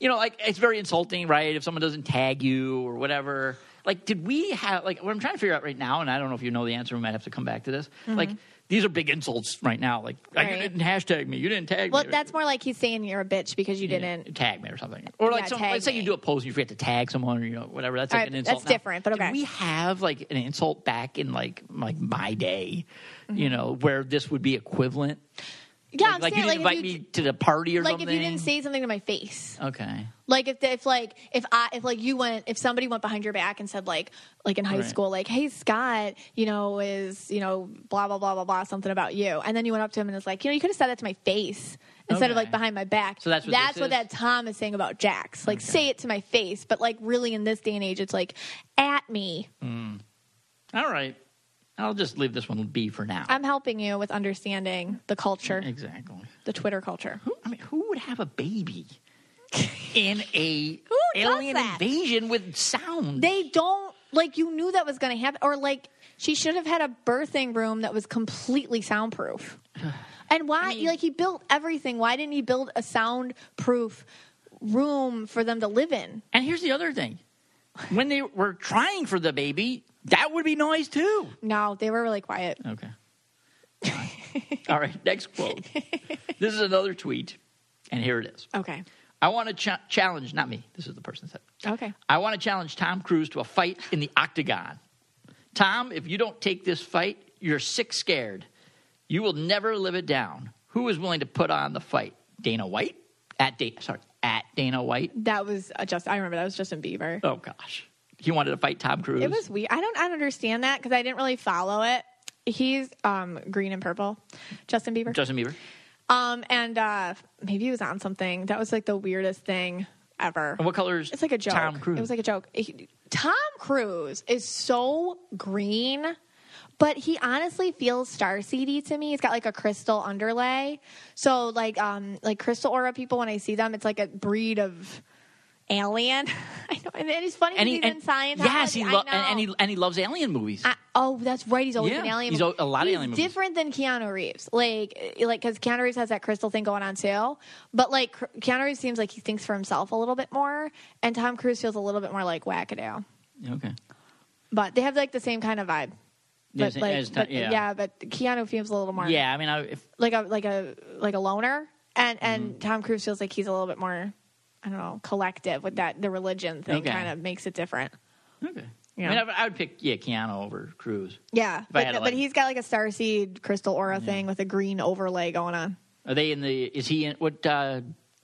Speaker 3: you know, like it's very insulting, right? If someone doesn't tag you or whatever. Like, did we have like what I'm trying to figure out right now? And I don't know if you know the answer. We might have to come back to this. Like, these are big insults right now. Like, "Ah, you
Speaker 1: Mm-hmm. Right.
Speaker 3: didn't hashtag me. You didn't tag
Speaker 1: Well,
Speaker 3: me.
Speaker 1: that's more like he's saying you're a bitch because you
Speaker 3: You
Speaker 1: didn't.
Speaker 3: tag me or something. Or like,
Speaker 1: Yeah,
Speaker 3: some,
Speaker 1: tag
Speaker 3: let's say you
Speaker 1: me.
Speaker 3: do a post and you forget to tag someone or you know whatever. That's
Speaker 1: All
Speaker 3: like
Speaker 1: right,
Speaker 3: an insult.
Speaker 1: that's
Speaker 3: now.
Speaker 1: different, but
Speaker 3: Did
Speaker 1: okay.
Speaker 3: we have like an insult back in like like my day,
Speaker 1: Mm-hmm.
Speaker 3: you know, where this would be equivalent.
Speaker 1: Yeah,
Speaker 3: like,
Speaker 1: I'm
Speaker 3: like you
Speaker 1: saying
Speaker 3: didn't
Speaker 1: Oh, like
Speaker 3: invite
Speaker 1: if you
Speaker 3: me to the party or
Speaker 1: like
Speaker 3: something.
Speaker 1: if you didn't say something to my face.
Speaker 3: Okay.
Speaker 1: Like if the, if like if I if like you went if somebody went behind your back and said like like in high
Speaker 3: Right.
Speaker 1: school like hey Scott you know is you know blah blah blah blah blah something about you and then you went up to him and it's like you know you could have said that to my face instead of
Speaker 3: Okay.
Speaker 1: like behind my back
Speaker 3: So that's what
Speaker 1: that's
Speaker 3: this
Speaker 1: what
Speaker 3: is?
Speaker 1: that Tom is saying about Jax like say it to my face but like really in this day and age it's like at me
Speaker 3: All right. I'll just leave this one be for now.
Speaker 1: I'm helping you with understanding the culture,
Speaker 3: exactly.
Speaker 1: the Twitter culture.
Speaker 3: Who, I mean, who would have
Speaker 1: <laughs>
Speaker 3: a baby in a
Speaker 1: does
Speaker 3: alien
Speaker 1: that?
Speaker 3: invasion with sound?
Speaker 1: They don't like you knew that was going to happen, or like she should have had a birthing room that was completely <sighs> soundproof. And why, like, he built everything. Why didn't he build a soundproof room for them to live in?
Speaker 3: and here's the other thing: when they were trying for the baby, that would be noise too.
Speaker 1: No, they were really quiet.
Speaker 3: Okay. All right. Next quote. This is another tweet, and here it is.
Speaker 1: Okay.
Speaker 3: I want to ch- challenge, not me. This is the person that said. it.
Speaker 1: Okay.
Speaker 3: I want to challenge Tom Cruise to a fight in the octagon. Tom, if you don't take this fight, you're sick scared. You will never live it down. Who is willing to put on the fight? Dana White? At Dana, sorry, at Dana White?
Speaker 1: That was uh, just, I remember that was Justin Bieber.
Speaker 3: Oh gosh. He wanted to fight Tom Cruise.
Speaker 1: It was weird. I don't, I don't understand that because I didn't really follow it. He's um, green and purple, Justin Bieber.
Speaker 3: Justin Bieber.
Speaker 1: Um, and uh, maybe he was on something. That was like the weirdest thing ever.
Speaker 3: And what colors?
Speaker 1: It's like a joke.
Speaker 3: Tom Cruise.
Speaker 1: It was like a joke. He- Tom Cruise is so green, but he honestly feels starseedy to me. He's got like a crystal underlay. So like um like crystal aura people when I see them, it's like a breed of alien. <laughs> I know, and it's funny because he's in science.
Speaker 3: Yes, he
Speaker 1: I
Speaker 3: lo-
Speaker 1: know.
Speaker 3: and, and he and he loves alien movies.
Speaker 1: I, oh, that's right. He's always
Speaker 3: Yeah,
Speaker 1: an alien.
Speaker 3: he's
Speaker 1: movie.
Speaker 3: al- a lot of
Speaker 1: He's
Speaker 3: alien movies.
Speaker 1: Different than Keanu Reeves, like eh, like because Keanu Reeves has that crystal thing going on too. But like Cr- Keanu Reeves seems like he thinks for himself a little bit more, and Tom Cruise feels a little bit more like wackadoo.
Speaker 3: okay.
Speaker 1: But they have like the same kind of vibe. But,
Speaker 3: Yes,
Speaker 1: like,
Speaker 3: as Tom-
Speaker 1: but-
Speaker 3: yeah.
Speaker 1: but Keanu feels a little more
Speaker 3: Yeah, I mean, I, if,
Speaker 1: like a like a like a loner, and
Speaker 3: Mm-hmm.
Speaker 1: and Tom Cruise feels like he's a little bit more I don't know collective with that the religion thing
Speaker 3: Okay.
Speaker 1: kind of makes it different.
Speaker 3: okay.
Speaker 1: Yeah.
Speaker 3: I mean, I, I would pick yeah Keanu over Cruise.
Speaker 1: Yeah,
Speaker 3: I had
Speaker 1: but,
Speaker 3: to,
Speaker 1: but
Speaker 3: like-
Speaker 1: he's got like a starseed crystal aura thing with a green overlay going on.
Speaker 3: Are they in the? Is he in? What uh,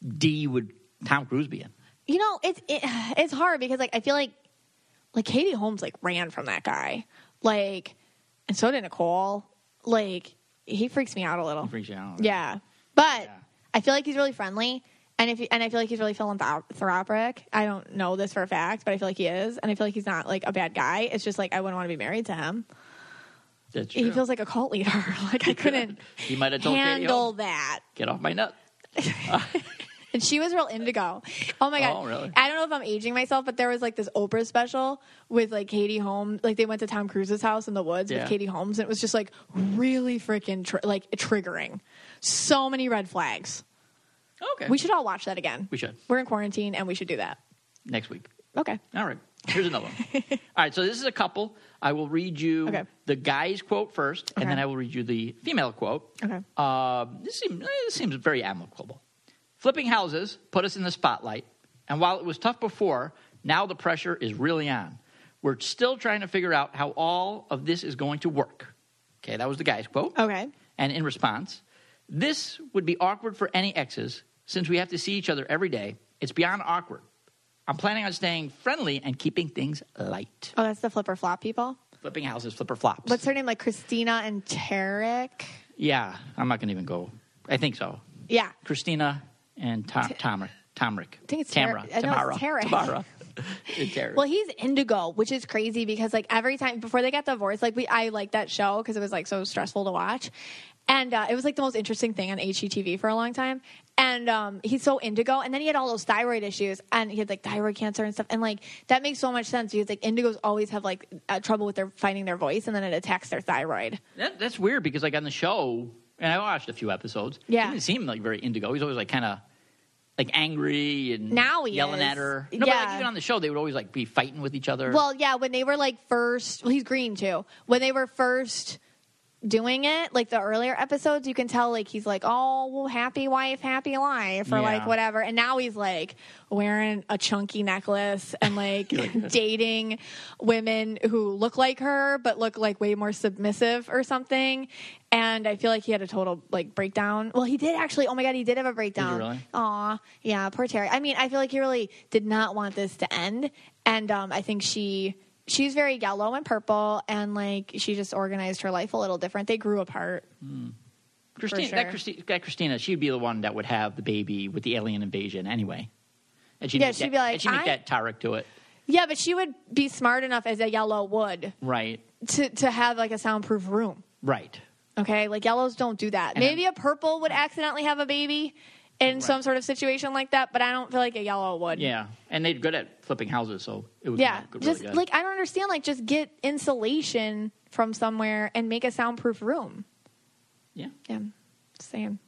Speaker 3: D would Tom Cruise be in?
Speaker 1: You know, it's it, <sighs> it's hard because like I feel like like Katie Holmes like ran from that guy, like, and so did Nicole. Like he freaks me out a little.
Speaker 3: Freaks you out.
Speaker 1: Yeah, but
Speaker 3: Yeah.
Speaker 1: I feel like he's really friendly, and if he, and I feel like he's really philanthropic. I don't know this for a fact, but I feel like he is, and I feel like he's not like a bad guy. It's just like I wouldn't want to be married to him.
Speaker 3: That's
Speaker 1: He
Speaker 3: true.
Speaker 1: feels like a cult leader. <laughs> like I couldn't
Speaker 3: He might have told Katie
Speaker 1: handle
Speaker 3: Holmes,
Speaker 1: that.
Speaker 3: "Get off my nut."
Speaker 1: And she was real indigo. Oh my god!
Speaker 3: Oh, really?
Speaker 1: I don't know if I'm aging myself, but there was like this Oprah special with like Katie Holmes. Like they went to Tom Cruise's house in the woods
Speaker 3: Yeah.
Speaker 1: with Katie Holmes, and it was just like really freaking tr- like triggering. So many red flags.
Speaker 3: Okay.
Speaker 1: We should all watch that again.
Speaker 3: We should.
Speaker 1: We're in quarantine, and we should do that.
Speaker 3: next week.
Speaker 1: Okay.
Speaker 3: All right. Here's another
Speaker 1: <laughs>
Speaker 3: one. All right. So this is a couple. I will read you
Speaker 1: Okay.
Speaker 3: the guy's quote first,
Speaker 1: Okay.
Speaker 3: and then I will read you the female quote.
Speaker 1: Okay.
Speaker 3: Um, this, seems, eh, this seems very amicable. Flipping houses put us in the spotlight, and while it was tough before, now the pressure is really on. We're still trying to figure out how all of this is going to work. Okay, that was the guy's quote.
Speaker 1: Okay.
Speaker 3: And in response, this would be awkward for any exes since we have to see each other every day. It's beyond awkward. I'm planning on staying friendly and keeping things light.
Speaker 1: Oh, that's the flipper flop people.
Speaker 3: Flipping houses, flipper flops.
Speaker 1: What's her name? Like Christina and Tarek.
Speaker 3: yeah, I'm not going to even go. I think so.
Speaker 1: Yeah.
Speaker 3: Christina and Tom, Tom, Tomrick. I
Speaker 1: think it's
Speaker 3: Tamara.
Speaker 1: Tara- no,
Speaker 3: Tamara.
Speaker 1: it's Tara.
Speaker 3: Tamara. <laughs> And Tara.
Speaker 1: Well, he's indigo, which is crazy because like every time before they got divorced, like we I liked that show because it was like so stressful to watch, and uh, it was like the most interesting thing on HGTV for a long time. And um, he's so indigo, and then he had all those thyroid issues, and he had like thyroid cancer and stuff, and like that makes so much sense because like indigos always have like uh, trouble with their finding their voice, and then it attacks their thyroid.
Speaker 3: That, that's weird because like on the show, and I watched a few episodes.
Speaker 1: Yeah.
Speaker 3: he didn't seem like very indigo. He's always like kind of like angry and
Speaker 1: Now he
Speaker 3: yelling
Speaker 1: is.
Speaker 3: at her. No, but like
Speaker 1: Yeah.
Speaker 3: even on the show, they would always like be fighting with each other.
Speaker 1: Well, yeah, when they were like first, well, he's green too. When they were first doing it, like the earlier episodes, you can tell like he's like, oh, well, happy wife, happy life, or
Speaker 3: Yeah.
Speaker 1: like whatever. And now he's like wearing a chunky necklace and
Speaker 3: <laughs>
Speaker 1: like dating women who look like her but look like way more submissive or something. And I feel like he had a total like breakdown. Well, he did actually. Oh my god, he did have a breakdown.
Speaker 3: really?
Speaker 1: Aw, yeah, poor Terry. I mean, I feel like he really did not want this to end, and um, I think she she's very yellow and purple, and like she just organized her life a little different. They grew apart.
Speaker 3: Christina,
Speaker 1: for
Speaker 3: that,
Speaker 1: sure.
Speaker 3: Christi- that Christina, she'd be the one that would have the baby with the alien invasion anyway. And she'd
Speaker 1: Yeah,
Speaker 3: make
Speaker 1: she'd
Speaker 3: that,
Speaker 1: be like,
Speaker 3: and she'd make
Speaker 1: I-
Speaker 3: that Tarek do it,
Speaker 1: Yeah, but she would be smart enough as a yellow would
Speaker 3: right?
Speaker 1: to to have like a soundproof room.
Speaker 3: Right.
Speaker 1: Okay, like yellows don't do that.
Speaker 3: And
Speaker 1: Maybe
Speaker 3: then-
Speaker 1: a purple would accidentally have a baby in some sort of situation like that, but I don't feel like a yellow would.
Speaker 3: Yeah, and they're good at flipping houses, so it would
Speaker 1: Yeah,
Speaker 3: be good,
Speaker 1: just
Speaker 3: really good.
Speaker 1: like I don't understand. Like, just get insulation from somewhere and make a soundproof room.
Speaker 3: yeah.
Speaker 1: Yeah, just saying.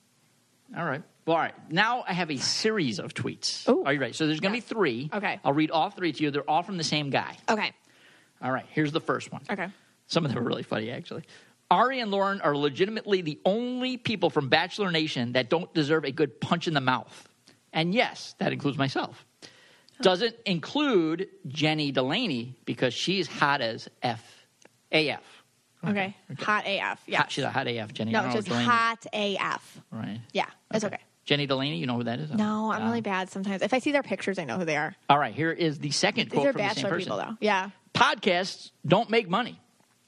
Speaker 3: All right. Well, all right. Now I have a series of tweets.
Speaker 1: Ooh.
Speaker 3: Are you ready? So there's going to
Speaker 1: Yeah.
Speaker 3: be three.
Speaker 1: Okay.
Speaker 3: I'll read all three to you. They're all from the same guy.
Speaker 1: Okay,
Speaker 3: All right. Here's the first one.
Speaker 1: okay.
Speaker 3: Some of them are really funny, actually. Ari and Lauren are legitimately the only people from Bachelor Nation that don't deserve a good punch in the mouth. And yes, that includes myself. Doesn't include Jenny Delaney because she's hot as F. AF.
Speaker 1: Okay. Hot AF. Yeah.
Speaker 3: Hot- she's a hot AF, Jenny. I
Speaker 1: no,
Speaker 3: don't know
Speaker 1: just
Speaker 3: Delaney.
Speaker 1: hot AF.
Speaker 3: Right.
Speaker 1: Yeah, that's okay.
Speaker 3: Jenny Delaney, you know who that is?
Speaker 1: No, I'm
Speaker 3: Uh,
Speaker 1: really bad sometimes. If I see their pictures, I know who they are.
Speaker 3: All right, here is the second
Speaker 1: These
Speaker 3: quote
Speaker 1: are
Speaker 3: from the same
Speaker 1: bachelor
Speaker 3: person.
Speaker 1: people, though.
Speaker 3: <laughs>
Speaker 1: Yeah.
Speaker 3: Podcasts don't make money,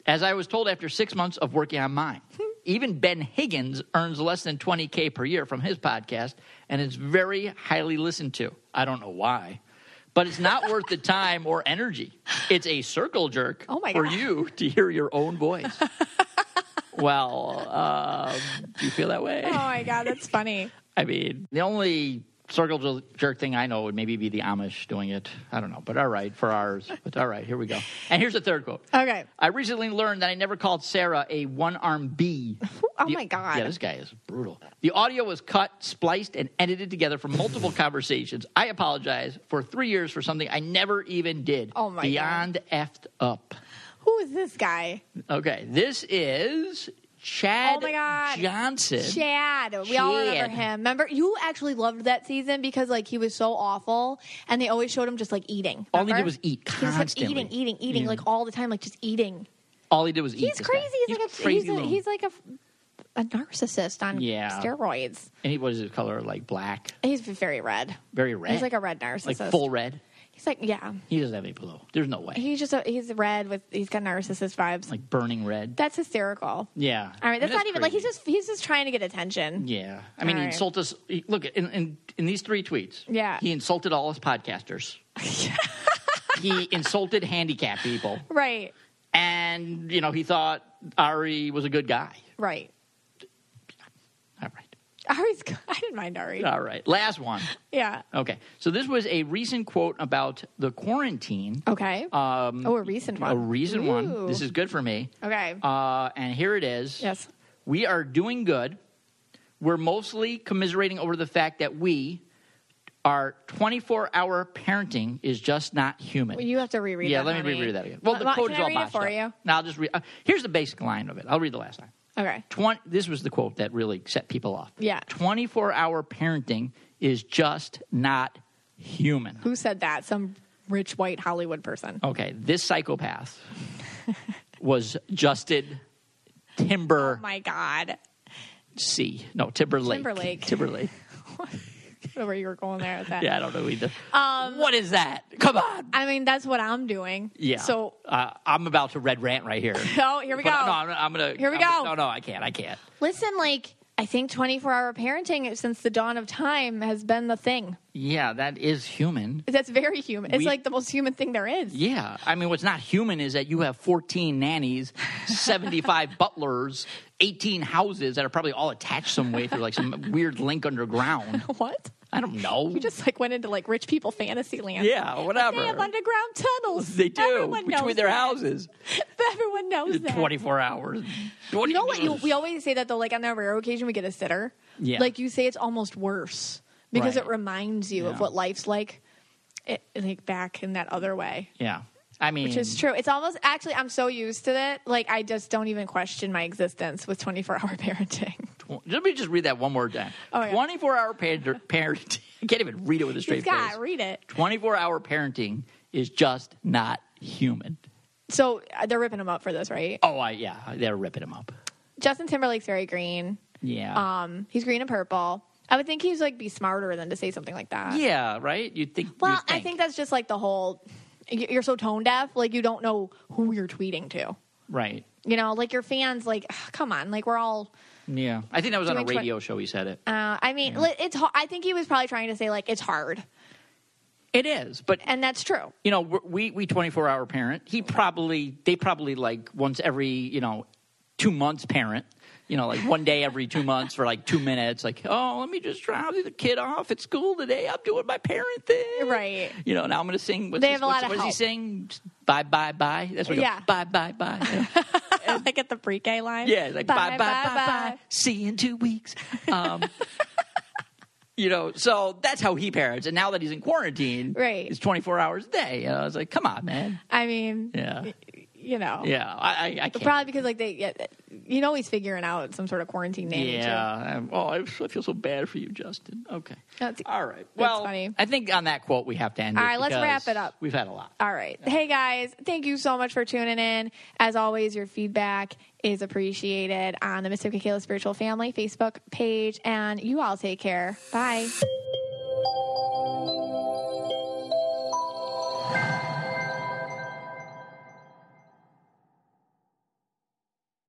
Speaker 3: as I was told after six months of working on
Speaker 1: <laughs>
Speaker 3: mine. Even Ben Higgins earns less than 20K per year from his podcast and is very highly listened to. I don't know why, but it's not worth the time or energy. It's a circle jerk
Speaker 1: Oh my
Speaker 3: for
Speaker 1: God.
Speaker 3: you to hear your own
Speaker 1: <laughs>
Speaker 3: voice. well, um, do you feel that way?
Speaker 1: Oh my god, that's funny.
Speaker 3: I mean, the only circle jer- jerk thing I know would maybe be the Amish doing it. I don't know, but all right, for ours. But all right, here we go. And here's the third quote.
Speaker 1: Okay.
Speaker 3: I recently learned that I never called Sarah a one armed bee.
Speaker 1: <laughs> Oh
Speaker 3: The-
Speaker 1: my God.
Speaker 3: Yeah, this guy is brutal. The audio was cut, spliced, and edited together from multiple <laughs> conversations. I apologize for three years for something I never even did.
Speaker 1: Oh my God.
Speaker 3: Beyond effed up.
Speaker 1: Who is this guy?
Speaker 3: Okay, this is Chad
Speaker 1: Oh my God.
Speaker 3: Johnson.
Speaker 1: Chad. We all remember
Speaker 3: Chad.
Speaker 1: him. Remember, you actually loved that season because like he was so awful, and they always showed him just like eating.
Speaker 3: All he did
Speaker 1: Remember?
Speaker 3: was eat
Speaker 1: He just kept
Speaker 3: constantly.
Speaker 1: eating, eating, eating, like all the time, like just eating.
Speaker 3: All he did was eat.
Speaker 1: He's
Speaker 3: this guy.
Speaker 1: crazy. He's, like a he's, a,
Speaker 3: little-
Speaker 1: he's like a, a narcissist on
Speaker 3: Yeah.
Speaker 1: steroids.
Speaker 3: And he was his color like black,
Speaker 1: He's very red.
Speaker 3: very red.
Speaker 1: He's like a red narcissist.
Speaker 3: like full red.
Speaker 1: He's like yeah.
Speaker 3: He doesn't have any blue. There's no way.
Speaker 1: He's just a, he's red with he's got narcissist vibes.
Speaker 3: like burning red.
Speaker 1: that's hysterical.
Speaker 3: yeah.
Speaker 1: All right, that's not even like he's
Speaker 3: crazy.
Speaker 1: just he's just trying to get attention.
Speaker 3: Yeah. I mean,
Speaker 1: All
Speaker 3: he
Speaker 1: right.
Speaker 3: insulted us. He, look, in, in in these three tweets.
Speaker 1: Yeah.
Speaker 3: He insulted all
Speaker 1: <laughs>
Speaker 3: his podcasters. he insulted handicapped people,
Speaker 1: Right.
Speaker 3: and you know he thought Ari was a good guy.
Speaker 1: Right. <laughs>
Speaker 3: All right.
Speaker 1: Ari's good. <laughs> I didn't mind Ari.
Speaker 3: All right. Last one.
Speaker 1: Yeah.
Speaker 3: Okay. So this was a recent quote about the quarantine.
Speaker 1: Okay.
Speaker 3: Um,
Speaker 1: oh, a recent one.
Speaker 3: A recent
Speaker 1: Ooh.
Speaker 3: one. This is good for me.
Speaker 1: Okay.
Speaker 3: Uh, and here it is.
Speaker 1: Yes.
Speaker 3: We are doing good. We're mostly commiserating over the fact that we, our 24 hour parenting is just not human.
Speaker 1: you have to reread
Speaker 3: yeah,
Speaker 1: that.
Speaker 3: let me
Speaker 1: honey.
Speaker 3: reread that again. Well, the
Speaker 1: Well,
Speaker 3: quote
Speaker 1: can
Speaker 3: is
Speaker 1: I
Speaker 3: all
Speaker 1: read it
Speaker 3: botched
Speaker 1: for
Speaker 3: up.
Speaker 1: you?
Speaker 3: Now, I'll just read. Uh, here's the basic line of it. I'll read the last line.
Speaker 1: Okay.
Speaker 3: 20, this was the quote that really set people off.
Speaker 1: Yeah.
Speaker 3: 24 hour parenting is just not human.
Speaker 1: Who said that? Some rich white Hollywood person.
Speaker 3: Okay,
Speaker 1: <laughs>
Speaker 3: this psychopath was Justin Timber
Speaker 1: Oh my God.
Speaker 3: C. No, Timberlake.
Speaker 1: Timberlake.
Speaker 3: Timberlake.
Speaker 1: I don't know where you were going there with that.
Speaker 3: <laughs> Yeah, I don't know either.
Speaker 1: Um,
Speaker 3: what is that? Come on.
Speaker 1: I mean, that's what I'm doing.
Speaker 3: Yeah.
Speaker 1: So,
Speaker 3: uh, I'm about to red rant right here. Here
Speaker 1: oh, here we go.
Speaker 3: No, I'm, I'm gonna.
Speaker 1: Here we
Speaker 3: I'm-
Speaker 1: go.
Speaker 3: No, no, I can't. I can't.
Speaker 1: Listen, like, I think 24 hour parenting since the dawn of time has been the thing.
Speaker 3: Yeah, that is human.
Speaker 1: That's very human. It's
Speaker 3: We-
Speaker 1: like the most human thing there is.
Speaker 3: Yeah, I mean, what's not human is that you have 14 nannies,
Speaker 1: <laughs>
Speaker 3: 75 butlers, 18 houses that are probably all attached some way through like some <laughs> weird link underground.
Speaker 1: <laughs> What?
Speaker 3: I don't know.
Speaker 1: We just like went into like rich people fantasy land.
Speaker 3: yeah, whatever.
Speaker 1: They have underground tunnels.
Speaker 3: They do
Speaker 1: Everyone knows
Speaker 3: between their
Speaker 1: that.
Speaker 3: houses.
Speaker 1: Everyone knows that.
Speaker 3: 24 hours.
Speaker 1: You know what? You, we always say that though. Like on the rare occasion we get a sitter.
Speaker 3: Yeah.
Speaker 1: Like you say, it's almost worse because
Speaker 3: Right.
Speaker 1: it reminds you
Speaker 3: Yeah.
Speaker 1: of what life's like, it, like back in that other way.
Speaker 3: yeah. I mean,
Speaker 1: Which is true. It's almost actually. I'm so used to it. Like I just don't even question my existence with 24 hour <laughs> parenting.
Speaker 3: tw- let me just read that one more time.
Speaker 1: Oh, yeah.
Speaker 3: 24 hour parent, parenting. <laughs> I can't even read it with a straight
Speaker 1: Scott,
Speaker 3: face.
Speaker 1: read it.
Speaker 3: 24 hour parenting is just not human.
Speaker 1: So uh, they're ripping him up for this, right?
Speaker 3: Oh, I, yeah. They're ripping him up.
Speaker 1: Justin Timberlake's very green.
Speaker 3: Yeah.
Speaker 1: Um, he's green and purple. I would think he's like be smarter than to say something like that.
Speaker 3: yeah, right? You'd think.
Speaker 1: Well,
Speaker 3: you'd
Speaker 1: I think that's just like the whole. y- You're so tone deaf, like you don't know who you're tweeting to.
Speaker 3: Right.
Speaker 1: You know, like your fans, like <sighs> ugh, come on, like we're all. uh,
Speaker 3: Yeah. I think that was on a
Speaker 1: Doing twen-
Speaker 3: radio show he said it.
Speaker 1: Uh, I mean, li- it's. ho- I think he was probably trying to say like it's hard.
Speaker 3: It is, but
Speaker 1: and that's true.
Speaker 3: you know, we're- we we twenty four hour parent. He probably they probably like once every you know two months parent. You know, like one day every two months for like two minutes. Like, oh, let me just drop the kid off at school today. I'm doing my parent thing,
Speaker 1: Right.
Speaker 3: You know, now I'm going to sing. What's
Speaker 1: They
Speaker 3: this-
Speaker 1: have a
Speaker 3: what's-
Speaker 1: lot of
Speaker 3: What does he
Speaker 1: help.
Speaker 3: sing? Bye, bye, bye. That's what. Yeah.
Speaker 1: Yeah.
Speaker 3: Go, bye, bye, bye.
Speaker 1: <laughs>
Speaker 3: You know?
Speaker 1: like at the pre-K line.
Speaker 3: Yeah, like bye bye bye bye. See you in two weeks. Um, <laughs> you know, so that's how he parents. And now that he's in quarantine,
Speaker 1: Right.
Speaker 3: it's twenty four hours a day. And I was like, come on, man.
Speaker 1: I mean,
Speaker 3: Yeah,
Speaker 1: you know,
Speaker 3: yeah. I, I, I can't.
Speaker 1: probably because like they, yeah, you know, he's figuring out some sort of quarantine nanny. too.
Speaker 3: yeah. Um, Oh, I, I feel so bad for you, Justin. Okay.
Speaker 1: That's-
Speaker 3: All right. Well,
Speaker 1: funny.
Speaker 3: I think on that quote we have to end.
Speaker 1: All
Speaker 3: it
Speaker 1: right, let's
Speaker 3: because
Speaker 1: wrap it up.
Speaker 3: We've had a lot.
Speaker 1: All right. Hey guys, thank you so much for tuning in. As always, your feedback is appreciated on the Mystic Kayla Spiritual Family Facebook page. And you all take care. Bye.